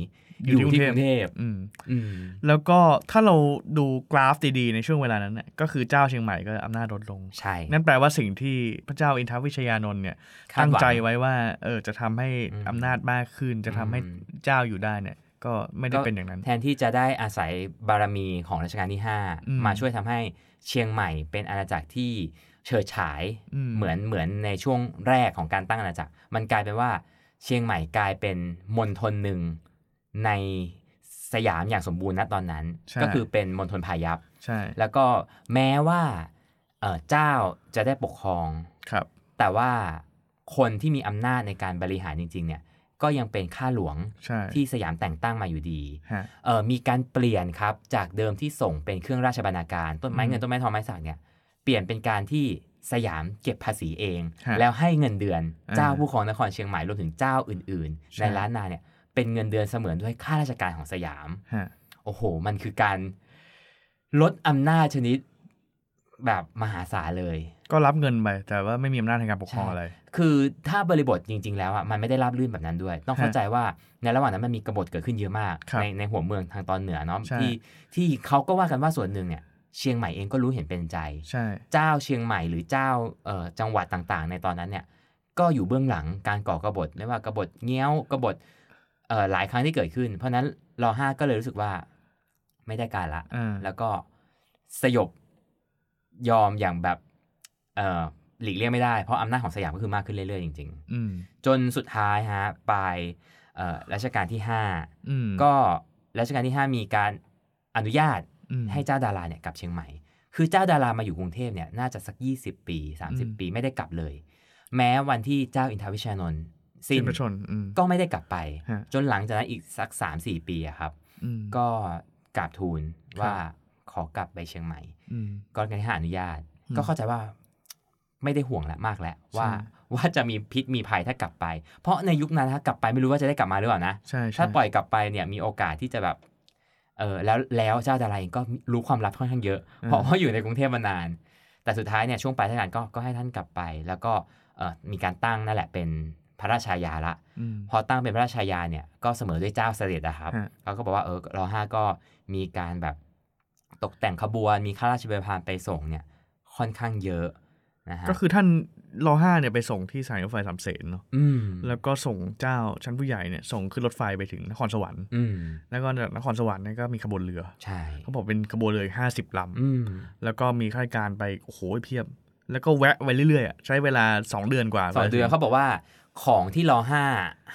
Speaker 2: อ
Speaker 3: อยู่ ยู่
Speaker 2: ที่
Speaker 3: ที่
Speaker 2: ก
Speaker 3: ก
Speaker 2: รุง
Speaker 3: รุง
Speaker 2: เท
Speaker 3: เท
Speaker 2: พ
Speaker 3: พ
Speaker 2: อืม
Speaker 3: อืม
Speaker 2: แล้วก็ถ้าเราดูกราฟดีๆ ในช่วงเวลานั้นเนี่ยก็คือเจ้าเชียงใหม่ก็อำนาจลดลง
Speaker 3: ใช่
Speaker 2: นั่นแปลว่าสิ่งที่พระเจ้าอินทวิชยานนท์เนี่ย
Speaker 3: คาด
Speaker 2: ตั้ง
Speaker 3: หวั
Speaker 2: ใจไว้ว่าเออจะทำให้
Speaker 3: อืม
Speaker 2: อำนาจมากขึ้น จะทำให้
Speaker 3: อืม
Speaker 2: เจ้าอยู่ได้เนี่ย ก็ไม่ได้เป็นอย่างนั้น
Speaker 3: แทนที่จะได้อาศัยบารมีของรัชกาลที่
Speaker 2: อืม
Speaker 3: 5 มาช่วยทำให้เชียงใหม่เป็นอาณาจักรที่เฉิดฉาย
Speaker 2: อืม
Speaker 3: เหมือนเหมือนในช่วงแรกของการตั้งอาณาจักร มันกลายเป็นว่าเชียงใหม่กลายเป็นมณฑลหนึ่งในสยามอย่างสมบูรณ์ณตอนนั้น
Speaker 2: ใช่
Speaker 3: ก็คือเป็นมณฑลพายัพ
Speaker 2: ใช่
Speaker 3: แล้วก็แม้ว่าเอ่อเจ้าจะได้ปกครอง
Speaker 2: ครับ
Speaker 3: แต่ว่าคนที่มีอำนาจในการบริหารจริง ๆ เนี่ยก็ยังเป็นข้าหลวง
Speaker 2: ใช่
Speaker 3: ที่สยามแต่งตั้งมาอยู่ดี
Speaker 2: ฮะ
Speaker 3: เอ่อมีการเปลี่ยนครับ จากเดิมที่ส่งเป็นเครื่องราชบรรณาการ ต้นไม้
Speaker 2: อืม
Speaker 3: เงินต้นไม้ทองไม้สักเนี่ยเปลี่ยนเป็นการที่สยามเก็บภาษีเอง
Speaker 2: ฮะ
Speaker 3: แล้วให้เงินเดือน
Speaker 2: อ่า
Speaker 3: เจ้าผู้ครองนครเชียงใหม่รวมถึงเจ้าอื่น
Speaker 2: ใช่
Speaker 3: ๆ ในล้านนาเนี่ยเป็นเงินเดือนเสมือนด้วยข้าราชการของสยาม
Speaker 2: ฮะ
Speaker 3: โอ้โห มันคือการลดอำนาจชนิดแบบมหาศาลเลย
Speaker 2: ก็รับเงินไปแต่ว่าไม่มีอำนาจในการปกครอง
Speaker 3: ใช่
Speaker 2: อะไร
Speaker 3: คือถ้าบริบทจริง ๆ แล้วอ่ะมันไม่ได้ราบรื่นแบบนั้นด้วย ต้องเข้า
Speaker 2: ฮะ
Speaker 3: ใจว่าในระหว่างนั้นมันมีกบฏเกิดขึ้นเยอะมาก
Speaker 2: ครับ
Speaker 3: ในในหัวเมืองทางตอนเหนือเนาะ
Speaker 2: ใช่
Speaker 3: ที่ที่เขาก็ว่ากันว่าส่วนหนึ่งเนี่ย เชียงใหม่เองก็รู้เห็นเป็นใจ
Speaker 2: ใช่
Speaker 3: เจ้าเชียงใหม่หรือเจ้าเอ่อจังหวัดต่างๆ ในตอนนั้นเนี่ยก็อยู่เบื้องหลังการก่อกบฏไม่ว่ากบฏเงี้ยวกบฏเอ่อหลายครั้งที่เกิดขึ้น เพราะฉะนั้นรอห้าก็เลยรู้สึกว่าไม่ได้การละ
Speaker 2: อ่า
Speaker 3: แล้วก็สยบยอมอย่างแบบเอ่อหลีกเลี่ยงไม่ได้เพราะอำนาจของสยามก็คือมากขึ้นเรื่อยๆจริง
Speaker 2: อืม
Speaker 3: ๆ จนสุดท้ายฮะปลายเอ่อรัชกาลที่
Speaker 2: อืม
Speaker 3: 5 ก็รัชกาลที่ 5 มีการอนุญาต
Speaker 2: อืม
Speaker 3: ให้เจ้าดาราเนี่ยกลับเชียงใหม่ คือเจ้าดารามาอยู่กรุงเทพเนี่ยน่าจะสัก 20 ปี
Speaker 2: อืม
Speaker 3: 30 ปีไม่ได้กลับเลย แม้วันที่เจ้าอินทาวิชยานนท์สิ้
Speaker 2: สิ้
Speaker 3: น
Speaker 2: นประชนม์อืม
Speaker 3: ก็ไม่ได้กลับไป
Speaker 2: ฮะ
Speaker 3: จนหลังจากนั้นอีกสัก 3-4 ปีอะครับ
Speaker 2: อืม
Speaker 3: ก็กราบทูล
Speaker 2: ครับ
Speaker 3: ว่าขอกลับไปเชียงใหม่
Speaker 2: อืม
Speaker 3: ก็การที่หาอนุญาต
Speaker 2: อืม
Speaker 3: ก็เข้าใจว่าไม่ได้ห่วงละมากแล้วว่า
Speaker 2: ใช่
Speaker 3: ว่าจะมีพิษมีภัยถ้ากลับไป เพราะในยุคนั้นถ้ากลับไปไม่รู้ว่าจะได้กลับมาหรือเปล่านะ
Speaker 2: ใช่ใช่
Speaker 3: ถ้าปล่อยกลับไปเนี่ยมีโอกาสที่จะแบบเออแล้วแล้วเจ้าดาราเองก็รู้ความลับค่อนข้างเยอะ เพราะว่าอยู่ในกรุงเทพมานาน แต่สุดท้ายเนี่ยช่วงปลายทศกาลก็ก็ให้ท่านกลับไป แล้วก็เออมีการตั้งนั่นแหละเป็นพระราชายาละ
Speaker 2: อืม
Speaker 3: พอตั้งเป็นพระราชายาเนี่ยก็เสมอด้วยเจ้าเสด็จนะครับ
Speaker 2: ฮะ
Speaker 3: เขาก็บอกว่าเออรอห้าก็มีการแบบตกแต่งขบวนมีข้าราชบริพารไปส่งเนี่ยค่อนข้างเยอะนะฮะ
Speaker 2: ก็คือท่านรอห้าเนี่ยไปส่งที่สถายรถไฟสามเสนเนาะ
Speaker 3: อืม
Speaker 2: แล้วก็ส่งเจ้าชั้นผู้ใหญ่เนี่ยส่งขึ้นรถไฟไปถึงนครสวรรค์
Speaker 3: อืม
Speaker 2: แล้วก็จากนครสวรรค์เนี่ยก็มีขบวนเรือ
Speaker 3: ใช่
Speaker 2: เขาบอกเป็นขบวนเรือห้าสิบล
Speaker 3: อืม
Speaker 2: ำแล้วก็มีข้าราชการไปโอ้โหเพียบ แล้วก็แวะไปเรื่อยๆอะใช้เวลาสองเดือนกว่า
Speaker 3: สองเดือนเขาบอกว่าของที่รอห้า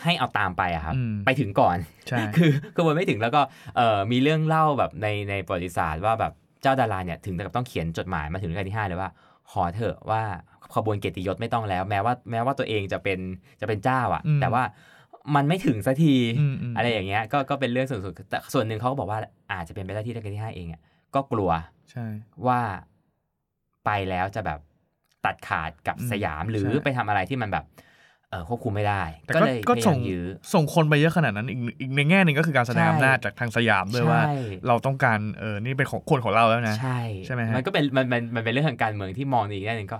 Speaker 3: ให้เอาตามไปอะครับ
Speaker 2: อืม
Speaker 3: ไปถึงก่อน
Speaker 2: ใช่
Speaker 3: คือกระบวนไม่ถึงแล้วก็เอ่อมีเรื่องเล่าแบบในในประวัติศาสตร์ว่าแบบเจ้าดาราเนี่ยถึงกับต้องเขียนจดหมายมาถึงรัชกาลที่ห้าเลยว่า ขอเถอะว่าขบวนเกียรติยศไม่ต้องแล้ว แม้ว่าแม้ว่าตัวเองจะเป็นจะเป็นเจ้าอะ
Speaker 2: อืม
Speaker 3: แต่ว่ามันไม่ถึงสักที
Speaker 2: มม
Speaker 3: อะไรอย่างเงี้ยก็ก็เป็นเรื่องส่วนสุดแต่ส่วนหนึ่งเขาก็บอกว่าอาจจะเป็นไปได้ที่รัชกาลที่ห้าเองอะก็กลัว
Speaker 2: ใช่
Speaker 3: ว่าไปแล้วจะแบบตัดขาดกับ
Speaker 2: อืม
Speaker 3: สยามหรือ
Speaker 2: ใช่
Speaker 3: ไปทำอะไรที่มันแบบเออควบคุมไม่ได้
Speaker 2: แต่
Speaker 3: ก็
Speaker 2: ก็
Speaker 3: เลย
Speaker 2: ก็
Speaker 3: พยายา
Speaker 2: ส่ง
Speaker 3: มยื้อ
Speaker 2: ส่งคนไปเยอะขนาดนั้นอีกอีกในแง่หนึ่งก็คือการแสดง
Speaker 3: ใช่
Speaker 2: อำนาจจากทางสยามด้วยว่า
Speaker 3: ใช่
Speaker 2: เราต้องการเออนี่เป็นของคนของเราแล้วนะ
Speaker 3: ใช่
Speaker 2: ใช่ไหมฮะ
Speaker 3: นก็เป็นมันมันมันเป็นเรื่องทางการเมืองที่มองในอีกแง่หนึ่งก็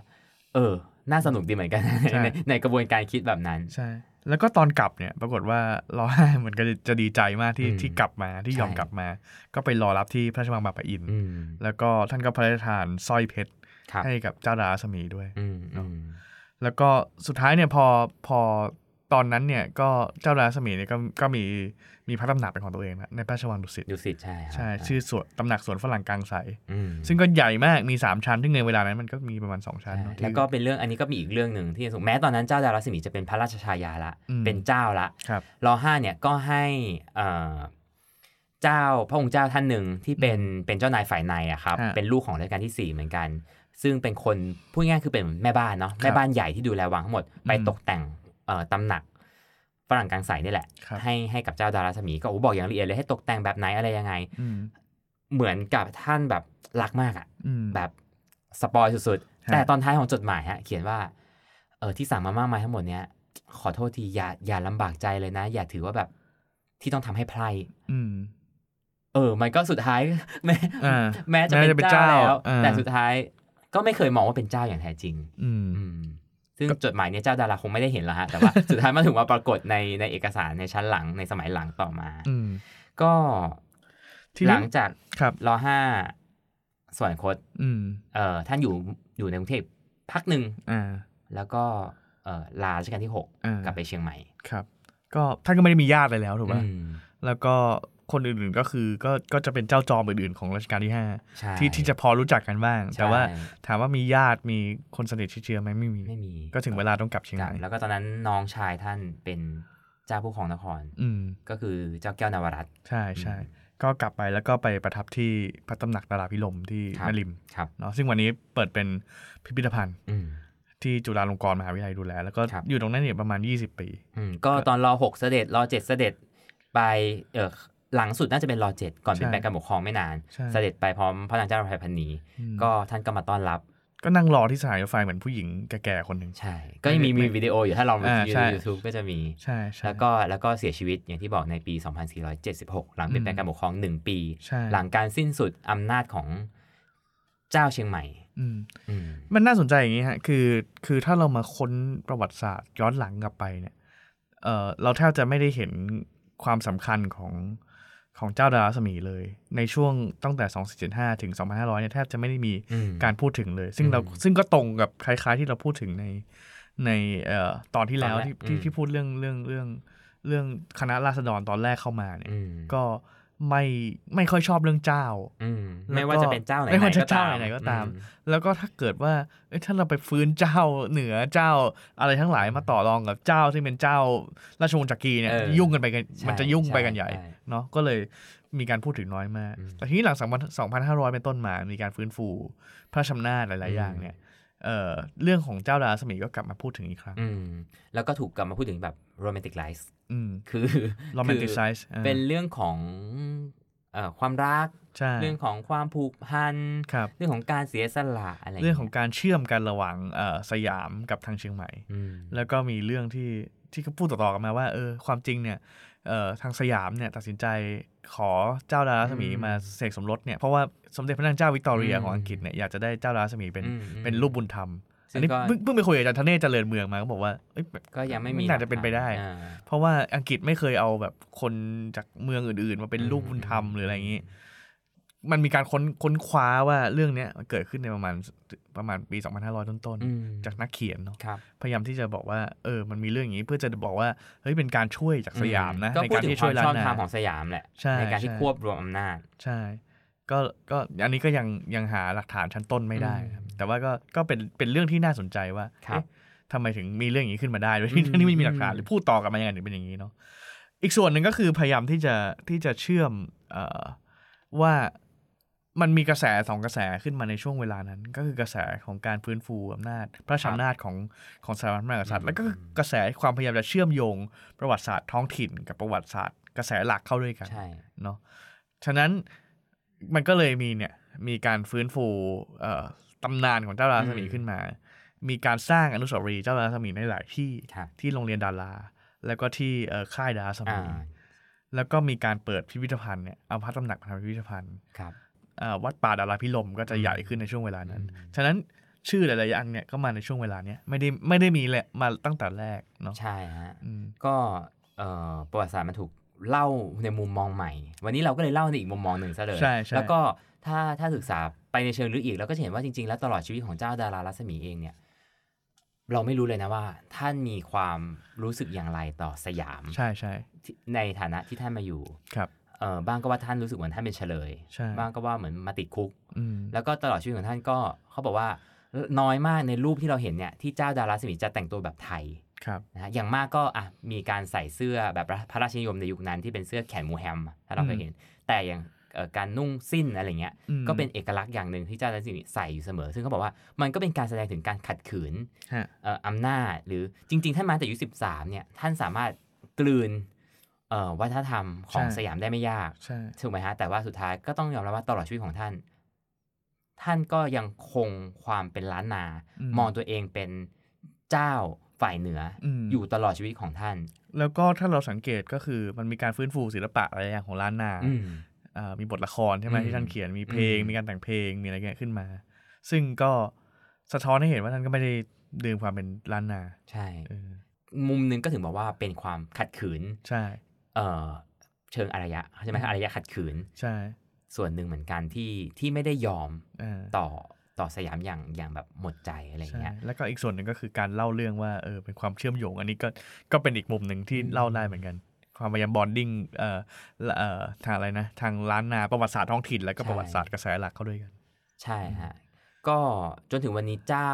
Speaker 3: เออ น่าสนุกดีเหมือน กัน
Speaker 2: ใช่
Speaker 3: ในในกระบวนการคิดแบบนั้น
Speaker 2: ใช่ แล้วก็ตอนกลับเนี่ย ปราก ฏว่ารอห้าเหมือนก็จะดีใจมากที่
Speaker 3: อืม
Speaker 2: ที่กลับมาที่ยอม
Speaker 3: ใช่
Speaker 2: กลับมา ก็ไปรอรับที่พระราชวังบางปะอิน
Speaker 3: อืม
Speaker 2: แล้วก็ท่านก็พระราชทานสร้อยเพชร
Speaker 3: ครับ
Speaker 2: ให้กับเจ้าดาราสมีด้วย
Speaker 3: อืมอืม
Speaker 2: แล้วก็สุดท้ายเนี่ยพอพอตอนนั้นเนี่ยก็เจ้าดาราสมีเนี่ยก็ก็มีมีพระตำหนักเป็นของตัวเองนะในพระราชวังดุสิต
Speaker 3: ดูสิตใช่ครับ
Speaker 2: ใช่ชื่อสวนตำหนักสวนฝรั่งกลางใส
Speaker 3: ม
Speaker 2: ซึ่งก็ใหญ่มากมี 3 ชั้นซึ่งในเวลานั้นมันก็มีประมาณ 2 ชั้น
Speaker 3: ใช่
Speaker 2: เนอะที่
Speaker 3: แล้วก็เป็นเรื่องอันนี้ก็มีอีกเรื่องหนึ่งที่สูงแม้ตอนนั้นเจ้าดาราศมีจะเป็นพระราชชายาละ
Speaker 2: อืม
Speaker 3: เป็นเจ้าละ
Speaker 2: ครับ
Speaker 3: รอห้าเนี่ยก็ให้เอ่อเจ้าพระองค์เจ้าท่านหนึ่งที่เป็นเป็นเจ้านายฝ่ายในอะครับ
Speaker 2: ฮะ
Speaker 3: เป็นลูกของรัชกาลที่สี่เหมือนกัน ซึ่งเป็นคนพูดง่ายๆคือเป็นแม่บ้านเนาะแม่บ้านใหญ่ที่ดูแลวังทั้งหมดไป
Speaker 2: อืม
Speaker 3: ตกแต่งเอ่อตำหนักฝรั่งกลางใสนี่แหละ
Speaker 2: ครับ
Speaker 3: ให้ให้กับเจ้าดาราสมีก็โอ้บอกอย่างละเอียดเลยให้ตกแต่งแบบไหนอะไรยังไง
Speaker 2: อืม
Speaker 3: เหมือนกับท่านแบบรักมากอะ
Speaker 2: อืม
Speaker 3: แบบสปอยสุดๆ
Speaker 2: ฮะ
Speaker 3: แต่ตอนท้ายของจดหมายฮะ เขียนว่า เออที่สั่งมามากมายทั้งหมดเนี้ยขอโทษทีอย่าอย่าลำบากใจเลยนะ อย่าถือว่าแบบที่ต้องทำให้ไพล
Speaker 2: อืม
Speaker 3: เออ มันก็สุดท้าย แม้
Speaker 2: อ่า
Speaker 3: แม้จะเป็
Speaker 2: แม้จะเป็น
Speaker 3: น
Speaker 2: เจ้า
Speaker 3: เจ้าแล้ว
Speaker 2: อ่า
Speaker 3: แต่สุดท้ายก็ไม่เคยมองว่าเป็นเจ้าอย่างแท้จริง
Speaker 2: อืม
Speaker 3: อืม ซึ่งจดหมายเนี้ยเจ้าดาราคงไม่ได้เห็นหรอกฮะ แต่ว่า สุดท้ายมาถึงมาปรากฏในในเอกสารในชั้นหลังในสมัยหลังต่อมา
Speaker 2: อืม
Speaker 3: ก็
Speaker 2: ทีนี้
Speaker 3: หลังจาก
Speaker 2: ครับ
Speaker 3: รอห้าส่วนคด
Speaker 2: อืม
Speaker 3: เอ่อท่านอยู่อยู่ในกรุงเทพพักหนึ่ง
Speaker 2: อ่า
Speaker 3: แล้วก็เอ่อลาราชการที่ 6
Speaker 2: อ่าก ก
Speaker 3: ลับไปเชียงใหม่
Speaker 2: ครับ ก็ท่านก็ไม่ได้มีญาติอะไรแล้วถูกป่ะ
Speaker 3: อืม
Speaker 2: แล้วก็คนอื่นๆก็คือก็ก็จะเป็นเจ้าจอมอื่นๆของรัชกาลที่ห้า
Speaker 3: ใช่
Speaker 2: ที่ที่จะพอรู้จักกันบ้าง
Speaker 3: ใช่
Speaker 2: แต่ว่าถามว่ามีญาติมีคนสนิทที่เชื้อไหมไม่มี
Speaker 3: ไม่มี
Speaker 2: ก็ถึงเวลาต้องกลับเชียง
Speaker 3: ค
Speaker 2: ให
Speaker 3: รับ
Speaker 2: ม่
Speaker 3: แล้วก็ตอนนั้นน้องชายท่านเป็นเจ้าผู้ครองนคร
Speaker 2: อืม
Speaker 3: ก็คือเจ้าแก้วนวรัตน์
Speaker 2: ใช่ใช่ก็กลับไปแล้วก็ไปประทับที่พระตำหนักดาราพิลมที่
Speaker 3: ครับ
Speaker 2: แม่ริม
Speaker 3: ครับ
Speaker 2: เนาะซึ่งวันนี้เปิดเป็นพิพิธภัณฑ์
Speaker 3: อืม
Speaker 2: ที่จุฬาลงกรณ์มหาวิทยาลัยดูแล แล้วก็
Speaker 3: ครับ
Speaker 2: อยู่ตรงนั้นเนี่ยประมาณ 20 ปี
Speaker 3: อืมก็ตอนรอหกเสด็จรอเจ็ดเสด็จไปเออหลังสุดน่าจะเป็นรอเจ็ดก่อนเป็น
Speaker 2: ใช่
Speaker 3: แปลงการปกครองไม่นาน
Speaker 2: ใช่
Speaker 3: เสด็จไปพร้อมพระนางเจ้าอภัยพันนี
Speaker 2: อืม
Speaker 3: ก็ท่านก็มาต้อนรับ
Speaker 2: ก็นั่งรอที่สถานีรถไฟเหมือนผู้หญิงแก่ๆคนหนึ่ง
Speaker 3: ใช่ ก็ยังมีมีวิดีโออยู่ถ้าลองไป
Speaker 2: อ่า
Speaker 3: ดู
Speaker 2: ใช่
Speaker 3: ยูทูบก็จะมี
Speaker 2: ใช่ใช่
Speaker 3: แล้วก็แล้วก็เสียชีวิตอย่างที่บอกในปี 2476 หลังเปลี่ยนแปลงการปกครอง 1 ปี
Speaker 2: ใช่
Speaker 3: หลังการสิ้นสุดอำนาจของเจ้าเชียงใหม่
Speaker 2: อืม
Speaker 3: อืม
Speaker 2: มันน่าสนใจอย่างนี้ฮะคือคือถ้าเรามาค้นประวัติศาสตร์ย้อนหลังกลับไปเนี่ยเออเราแทบจะไม่ได้เห็นความสำคัญของ ของเจ้าดาราสมีเลย ในช่วงตั้งแต่ 2475 ถึง 2500เนี่ยแทบจะไม่ได้มี
Speaker 3: อืม
Speaker 2: การพูดถึงเลย ซึ่งเรา
Speaker 3: อืม
Speaker 2: ซึ่งก็ตรงกับคล้าย ๆ ที่เราพูดถึงในในเอ่อตอนที่แล้ว
Speaker 3: ตอนแรก
Speaker 2: ที่ที่
Speaker 3: อืม
Speaker 2: ที่พูดเรื่องเรื่องเรื่องเรื่องคณะราษฎรตอนแรกเข้ามาเนี่ย
Speaker 3: อืม
Speaker 2: ก็ไม่ไม่ค่อยชอบเรื่องเจ้า
Speaker 3: อืม
Speaker 2: แล้วก็
Speaker 3: ไม่ว่าจะเป็นเจ้าไหนๆ
Speaker 2: ไม่ว่าจะ
Speaker 3: ก็ตม
Speaker 2: เจ้าไหนๆก็ตาม
Speaker 3: อื
Speaker 2: แล้วก็ถ้าเกิดว่าเอ้ยถ้าเราไปฟื้นเจ้าเหนือเจ้าอะไรทั้งหลายมาต่อรองกับเจ้าที่เป็นเจ้าราชวงศ์จักรีเนี่ย
Speaker 3: เออ
Speaker 2: ยุ่งกันไปกัน
Speaker 3: ใช่
Speaker 2: มันจะยุ่งไปกันใหญ่
Speaker 3: ใช่
Speaker 2: เนาะก็เลยมีการพูดถึงน้อยมาก
Speaker 3: อืม
Speaker 2: แต่ทีนี้หลัง2,500 เป็นต้นมา มีการฟื้นฟูพระราชอำนาจหลาย ๆ อย่าง
Speaker 3: อืม
Speaker 2: เนี่ยเอ่อเรื่องของเจ้าดาราสมีก็กลับมาพูดถึงอีกครั้ง
Speaker 3: อืมแล้วก็ถูกกลับมาพูดถึงแบบโรแมนติกไลซ์
Speaker 2: อืม
Speaker 3: คือ
Speaker 2: โรแมนติไซ
Speaker 3: คือ
Speaker 2: ส์
Speaker 3: เป็นเรื่องของเอ่อความรัก
Speaker 2: ใช่
Speaker 3: เรื่องของความผูกพัน
Speaker 2: ครับ
Speaker 3: เรื่องของการเสียสละอะไร
Speaker 2: เรื่องของการเชื่อมกันระหว่างเอ่อสยามกับทางเชียงใหม่
Speaker 3: อืม
Speaker 2: แล้วก็มีเรื่องที่ที่เขาพูดต่อๆกันมาว่าเออความจริงเนี่ยเอ่อทางสยามเนี่ยตัดสินใจขอเจ้าดาราสมีมาเสกสมรสเนี่ยเพราะว่าสมเด็จพระนางเจ้าวิกตอเรียของอังกฤษเนี่ยอยากจะได้เจ้าดาราสมีเป็น
Speaker 3: อืม
Speaker 2: เป็นรูปบุญธรรมอั
Speaker 3: ซึ่
Speaker 2: น
Speaker 3: ง
Speaker 2: นี้
Speaker 3: ก็
Speaker 2: เพิ่งเพิ่งไปคุยกับอาจารย์ธเนศเจริญเมืองมาก็บอกว่าเอ้ยแบบ
Speaker 3: ก็ยังไม่มี
Speaker 2: น่าจะเป็นไปได้
Speaker 3: อ่า
Speaker 2: เพราะว่าอังกฤษไม่เคยเอาแบบคนจากเมืองอื่นๆ มาเป็น
Speaker 3: อืม
Speaker 2: ลูกบุญธรรมหรืออะไรอย่างนี้
Speaker 3: อื
Speaker 2: มันมีการค้นค้นคว้าว่าเรื่องเนี้ยมันเกิดขึ้นในประมาณประมาณปี 2500 ต้น
Speaker 3: อืม
Speaker 2: ๆ จากนักเขียนเนาะ
Speaker 3: ครับ
Speaker 2: พยายามที่จะบอกว่าเออ มันมีเรื่องอย่างนี้เพื่อจะบอกว่าเฮ้ยเป็นการช่วยจากสยามนะ
Speaker 3: ก็
Speaker 2: ใน
Speaker 3: พูด
Speaker 2: การ
Speaker 3: ถึง
Speaker 2: ที่
Speaker 3: ค
Speaker 2: ช่
Speaker 3: วา
Speaker 2: วย
Speaker 3: ม
Speaker 2: ล้า
Speaker 3: ช
Speaker 2: น
Speaker 3: อบธรร
Speaker 2: นา
Speaker 3: มของสยามแหละ
Speaker 2: ใช่
Speaker 3: การที่
Speaker 2: ใช่
Speaker 3: ควบรวมอำนาจ
Speaker 2: ใช่ ก็ก็อันนี้ก็ยังยังหาหลักฐานชั้นต้นไม่ได้ครับแต่ว่าก็ก็เป็นเป็นเรื่องที่น่าสนใจว่า
Speaker 3: ครับ
Speaker 2: เอ๊ะทำไมถึงมีเรื่องอย่างนี้ขึ้นมาได้โดย
Speaker 3: อื
Speaker 2: ที่
Speaker 3: ม
Speaker 2: ที่ไม่มีหลักฐาน
Speaker 3: อืม
Speaker 2: หรือพูดต่อกันมายังไงถึงเป็นอย่างนี้เนาะอีกส่วนหนึ่งก็คือพยายามที่จะที่จะเชื่อมเอ่อว่ามันมีกระแสสองกระแสขึ้นมาในช่วงเวลานั้น ก็คือกระแสของการฟื้นฟูอำนาจ พระราชอำนาจของของสถาบันพระมหากษัตริย์แล้วก็กระแสความพยายามจะเชื่อมโยงประวัติศาสตร์ท้องถิ่นกับประวัติศาสตร์ กระแสหลักเข้าด้วยกัน
Speaker 3: ใช่
Speaker 2: เนาะ ฉะนั้นมันก็เลยมีเนี่ยมีการฟื้นฟูเอ่อตำนานของเจ้าดาราสมี
Speaker 3: อืม
Speaker 2: ขึ้นมา มีการสร้างอนุสาวรีย์เจ้าดาราสมีในหลายที่
Speaker 3: ครับ
Speaker 2: ที่โรงเรียนดารา แล้วก็ที่เอ่อค่ายดาราสมี
Speaker 3: อ่า
Speaker 2: แล้วก็มีการเปิดพิพิธภัณฑ์เนี่ยเอาพระตำหนักมาทำพิพิธภัณฑ์
Speaker 3: ครับ
Speaker 2: เอ่อวัดป่าดาราพิลมก็จะใหญ่ขึ้นในช่วงเวลานั้น
Speaker 3: อืม
Speaker 2: ฉะนั้นชื่อหลายๆอันเนี่ยก็มาในช่วงเวลาเนี้ยไม่ได้ไม่ได้มีแหละมาตั้งแต่แรกเนาะ
Speaker 3: ใช่ฮะ
Speaker 2: อืม
Speaker 3: ก็เอ่อประวัติศาสตร์มันถูกเล่าในมุมมองใหม่ วันนี้เราก็เลยเล่าในอีกมุมมองหนึ่งซะเลย
Speaker 2: ใช่ใช่
Speaker 3: แล้วก็ถ้าถ้าศึกษาไปในเชิงลึกอีกเราก็จะเห็นว่าจริง ๆ แล้วตลอดชีวิตของเจ้าดารารัศมีเองเนี่ย เราไม่รู้เลยนะว่า ท่านมีความรู้สึกอย่างไรต่อสยาม
Speaker 2: ใช่ใช่
Speaker 3: ที่ในฐานะที่ท่านมาอยู่
Speaker 2: ครับ
Speaker 3: เอ่อบ้างก็ว่าท่านรู้สึกเหมือนท่านเป็นเฉลย
Speaker 2: ใช่
Speaker 3: บ้างก็ว่าเหมือนมาติดคุก
Speaker 2: อืม
Speaker 3: แล้วก็ตลอดชีวิตของท่านก็เขาบอกว่าน้อยมากในรูปที่เราเห็นเนี่ยที่เจ้าดารารัศมีจะแต่งตัวแบบไทย
Speaker 2: ครับ
Speaker 3: นะฮะอย่างมากก็อ่ะมีการใส่เสื้อแบบพระราชนิยมในยุคนั้นที่เป็นเสื้อแขนหมูแฮมถ้าเราเคยเห็น แต่อย่างเอ่อการนุ่งสิ้นอะไรเงี้ย
Speaker 2: อืม
Speaker 3: ก็เป็นเอกลักษณ์อย่างหนึ่งที่เจ้าดาราสิงห์ใส่อยู่เสมอ ซึ่งเขาบอกว่ามันก็เป็นการแสดงถึงการขัดขืน
Speaker 2: ฮะ
Speaker 3: เอ่ออำนาจ หรือจริง ๆ ท่านมาแต่อายุ13เนี่ยท่านสามารถกลืนเอ่อวัฒนธรรมของ
Speaker 2: ใช่
Speaker 3: สยามได้ไม่ยาก
Speaker 2: ใช่
Speaker 3: ถูกไหมฮะแต่ว่าสุดท้ายก็ต้องยอมรับว่าตลอดชีวิตของท่าน ท่านก็ยังคงความเป็นล้านนา มองตัวเองเป็นเจ้าฝ่ายเหนืออ
Speaker 2: ม
Speaker 3: อยู่ตลอดชีวิตของท่าน
Speaker 2: แล้วก็ถ้าเราสังเกตก็คือมันมีการฟื้นฟูศิลปะอะไรอย่างของล้านนา
Speaker 3: อืม
Speaker 2: เอ่อมีบทละครใช่ไหม
Speaker 3: อืม
Speaker 2: ที่ท่านเขียนมีเพลง
Speaker 3: อืม
Speaker 2: มีการแต่งเพลงมีอะไรเงี้ยขึ้นมา ซึ่งก็สะท้อนให้เห็นว่าท่านก็ไม่ได้ลืมความเป็นล้านนา
Speaker 3: ใช่
Speaker 2: เออ
Speaker 3: มุมหนึงก็ถึงบอกว่าเป็นความขัดขืน
Speaker 2: ใช่
Speaker 3: เอ่อ เชิงอารยะใช่ไหมอารยะขัดขืน
Speaker 2: ใช่
Speaker 3: ส่วนหนึ่งเหมือนกันที่ที่ไม่ได้ยอม
Speaker 2: เออ
Speaker 3: ต่อต่อสยามอย่างอย่างแบบหมดใจอะไรอย่าง
Speaker 2: ใช่
Speaker 3: เงี้ย
Speaker 2: แล้วก็อีกส่วนหนึ่งก็คือการเล่าเรื่องว่าเออเป็นความเชื่อมโยง อันนี้ก็ก็เป็นอีกมุมหนึ่งที่เล่าได้เหมือนกัน ความพยายามบอนดิ้งเอ่อเอ่อทางอะไรนะทางล้านนาประวัติศาสตร์ท้องถิ่นแล้วก็
Speaker 3: ใช่
Speaker 2: ประวัติศาสตร์กระแสหลักเข้าด้วยกัน
Speaker 3: ใช่ฮะ ก็จนถึงวันนี้เจ้า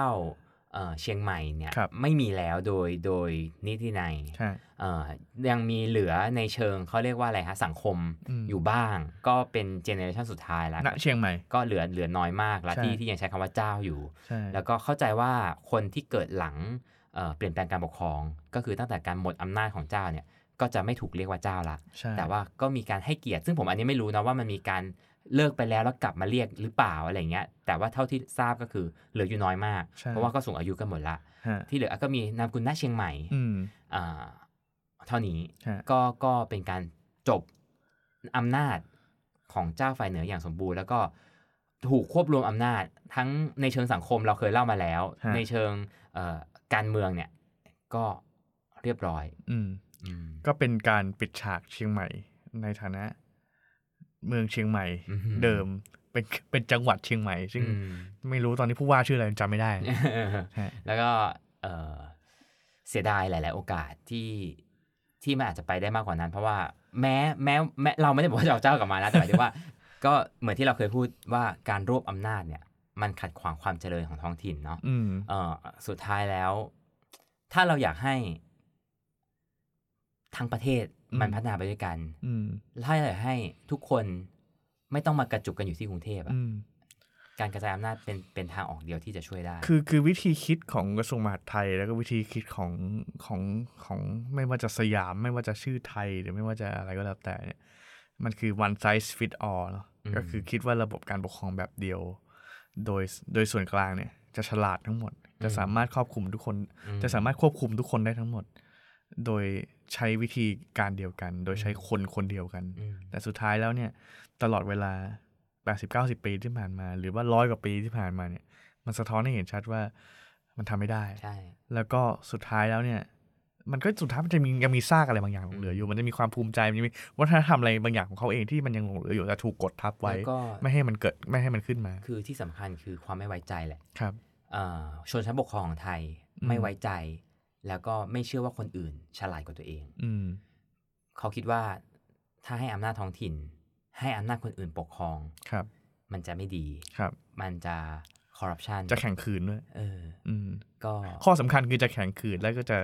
Speaker 3: เอ่อเชียงใหม่เนี่ย
Speaker 2: ครับ
Speaker 3: ไม่มีแล้วโดยโดยนิตินัย
Speaker 2: ใช่
Speaker 3: เอ่อยังมีเหลือในเชิงเขาเรียกว่าอะไรฮะสังคม
Speaker 2: อืม
Speaker 3: อยู่บ้าง ก็เป็นเจเนอเรชันสุดท้ายแล้ว
Speaker 2: ณเชียงใหม่
Speaker 3: ก็เหลือเหลือน้อยมากละ
Speaker 2: ใช่
Speaker 3: ที่ที่ยังใช้คำว่าเจ้าอยู่
Speaker 2: ใช่
Speaker 3: แล้วก็เข้าใจว่าคนที่เกิดหลังเอ่อเปลี่ยนแปลงการปกครอง ก็คือตั้งแต่การหมดอำนาจของเจ้าเนี่ยก็จะไม่ถูกเรียกว่าเจ้าละ
Speaker 2: ใช่
Speaker 3: แต่ว่าก็มีการให้เกียรติ ซึ่งผมอันนี้ไม่รู้นะว่ามันมีการเลิกไปแล้วแล้วกลับมาเรียกหรือเปล่าอะไรเงี้ย แต่ว่าเท่าที่ทราบก็คือเหลืออยู่น้อยมาก
Speaker 2: ใช่
Speaker 3: เพราะว่าก็สูงอายุกันหมดละ
Speaker 2: ฮะ
Speaker 3: ที่เหลือก็มีนามกุลหน้าเชียงใหม่
Speaker 2: อืม
Speaker 3: อ่าเท่านี้
Speaker 2: ฮะ
Speaker 3: ก็ก็เป็นการจบอำนาจของเจ้าฝ่ายเหนืออย่างสมบูรณ์ แล้วก็ถูกควบรวมอำนาจ ทั้งในเชิงสังคมเราเคยเล่ามาแล้ว
Speaker 2: ฮะ
Speaker 3: ในเชิงเอ่อการเมืองเนี่ยก็เรียบร้อย
Speaker 2: อืม
Speaker 3: อืม
Speaker 2: ก็เป็นการปิดฉากเชียงใหม่ในฐานะ เมืองเชียงใหม่
Speaker 3: อือหือ
Speaker 2: เดิมเป็นเป็นจังหวัดเชียงใหม่ ซึ่ง
Speaker 3: อืม
Speaker 2: ไม่รู้ตอนนี้ผู้ว่าชื่ออะไรจำไม่ได้ ฮะ
Speaker 3: แล้วก็เอ่อเสียดายหลาย ๆ โอกาสที่ที่มันอาจจะไปได้มากกว่านั้น เพราะว่าแม้แม้แม้เราไม่ได้บอกว่าจะเอาเจ้ากลับมานะแต่หมายถึงว่า ก็เหมือนที่เราเคยพูดว่าการรวบอำนาจเนี่ย มันขัดขวางความเจริญของท้องถิ่นเนาะ
Speaker 2: อืม
Speaker 3: เอ่อสุดท้ายแล้ว ถ้าเราอยากให้ทั้งประเทศมัน
Speaker 2: อืม
Speaker 3: พัฒนาไปด้วยกัน
Speaker 2: อืม
Speaker 3: ถ้าอยากให้ทุกคนไม่ต้องมากระจุกกันอยู่ที่กรุงเทพอะ
Speaker 2: อืม
Speaker 3: การกระจายอำนาจเป็นเป็นทางออกเดียวที่จะช่วยได้
Speaker 2: คือคือวิธีคิดของกระทรวงมหาดไทย แล้วก็วิธีคิดของของของไม่ว่าจะสยาม ไม่ว่าจะชื่อไทย หรือไม่ว่าจะอะไรก็แล้วแต่เนี่ยมันคือ one size fit all เนอะ
Speaker 3: อืม
Speaker 2: ก็คือคิดว่าระบบการปกครองแบบเดียว โดยโดยส่วนกลางเนี่ย จะฉลาดทั้งหมด จะสามารถครอบคลุมทุกคน
Speaker 3: อืม
Speaker 2: จะสามารถควบคุมทุกคนได้ทั้งหมด โดยใช้วิธีการเดียวกัน โดยใช้คนคนเดียวกัน
Speaker 3: อืม
Speaker 2: แต่สุดท้ายแล้วเนี่ยตลอดเวลา 80-90 ปีที่ผ่านมา หรือว่าร้อยกว่าปีที่ผ่านมาเนี่ย มันสะท้อนให้เห็นชัดว่ามันทำไม่ได้
Speaker 3: ใช่
Speaker 2: แล้วก็สุดท้ายแล้วเนี่ย มันก็สุดท้ายมันจะมียังมีซากอะไรบางอย่างหลงเหลืออยู่ มันจะมีความภูมิใจ มันจะมีวัฒนธรรมอะไรบางอย่างของเขาเองที่มันยังหลงเหลืออยู่แต่ถูกกดทับไว้
Speaker 3: แล้วก็
Speaker 2: ไม่ให้มันเกิดไม่ให้มันขึ้นมา
Speaker 3: คือที่สำคัญคือความไม่ไว้ใจแหละ
Speaker 2: ครับ
Speaker 3: เอ่อชนชั้นปกครองของไทย
Speaker 2: อืม
Speaker 3: ไม่ไว้ใจ แล้วก็ไม่เชื่อว่าคนอื่นฉลาดกว่าตัวเอง
Speaker 2: อืม
Speaker 3: เขาคิดว่าถ้าให้อำนาจท้องถิ่น ให้อำนาจคนอื่นปกครอง
Speaker 2: ครับ
Speaker 3: มันจะไม่ดี
Speaker 2: ครับ
Speaker 3: มันจะคอร์รัปชัน
Speaker 2: จะแข่งขืนด้วย
Speaker 3: เออ
Speaker 2: อืม
Speaker 3: ก็
Speaker 2: ข้อสำคัญคือจะแข็งขืนแล้วก็จะ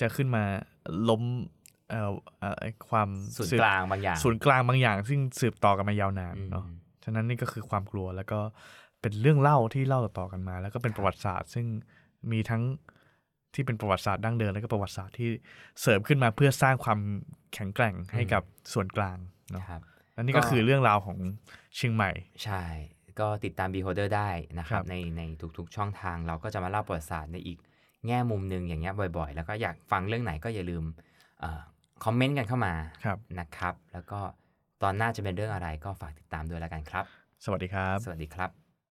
Speaker 2: จะขึ้นมาล้มเอ่อเอ่อไอ้ความ
Speaker 3: ส่วนกลางบางอย่าง
Speaker 2: ศูนย์กลางบางอย่าง ซึ่งสืบต่อกันมายาวนาน
Speaker 3: อืม
Speaker 2: เนาะฉะนั้นนี่ก็คือความกลัวแล้วก็เป็นเรื่องเล่าที่เล่าต่อๆกันมา แล้วก็เป็นประวัติศาสตร์ ซึ่งมีทั้งที่เป็นประวัติศาสตร์ดั้งเดิมแล้วก็ประวัติศาสตร์ที่เสริมขึ้นมาเพื่อสร้างความแข็งแกร่งให้
Speaker 3: อืม
Speaker 2: กับส่วนกลางเนาะ
Speaker 3: ครับ
Speaker 2: และนี่ก็
Speaker 3: ก็
Speaker 2: คือเรื่องราวของเชียงใหม่
Speaker 3: ใช่ ก็ติดตาม Beholder ได้นะครั
Speaker 2: ครับ บ
Speaker 3: ในในทุกๆช่องทางเราก็จะมาเล่าประวัติศาสตร์ในอีกแง่มุมหนึ่งอย่างเงี้ยบ่อยๆ แล้วก็อยากฟังเรื่องไหนก็อย่าลืมเอคอมเมนต์กันเข้ามา
Speaker 2: ครับ
Speaker 3: นะครับ แล้วก็ตอนหน้าจะเป็นเรื่องอะไรก็ฝากติดตามด้วยแล้วกันครับ
Speaker 2: สวัสดีครับ
Speaker 3: สวัสดีครับ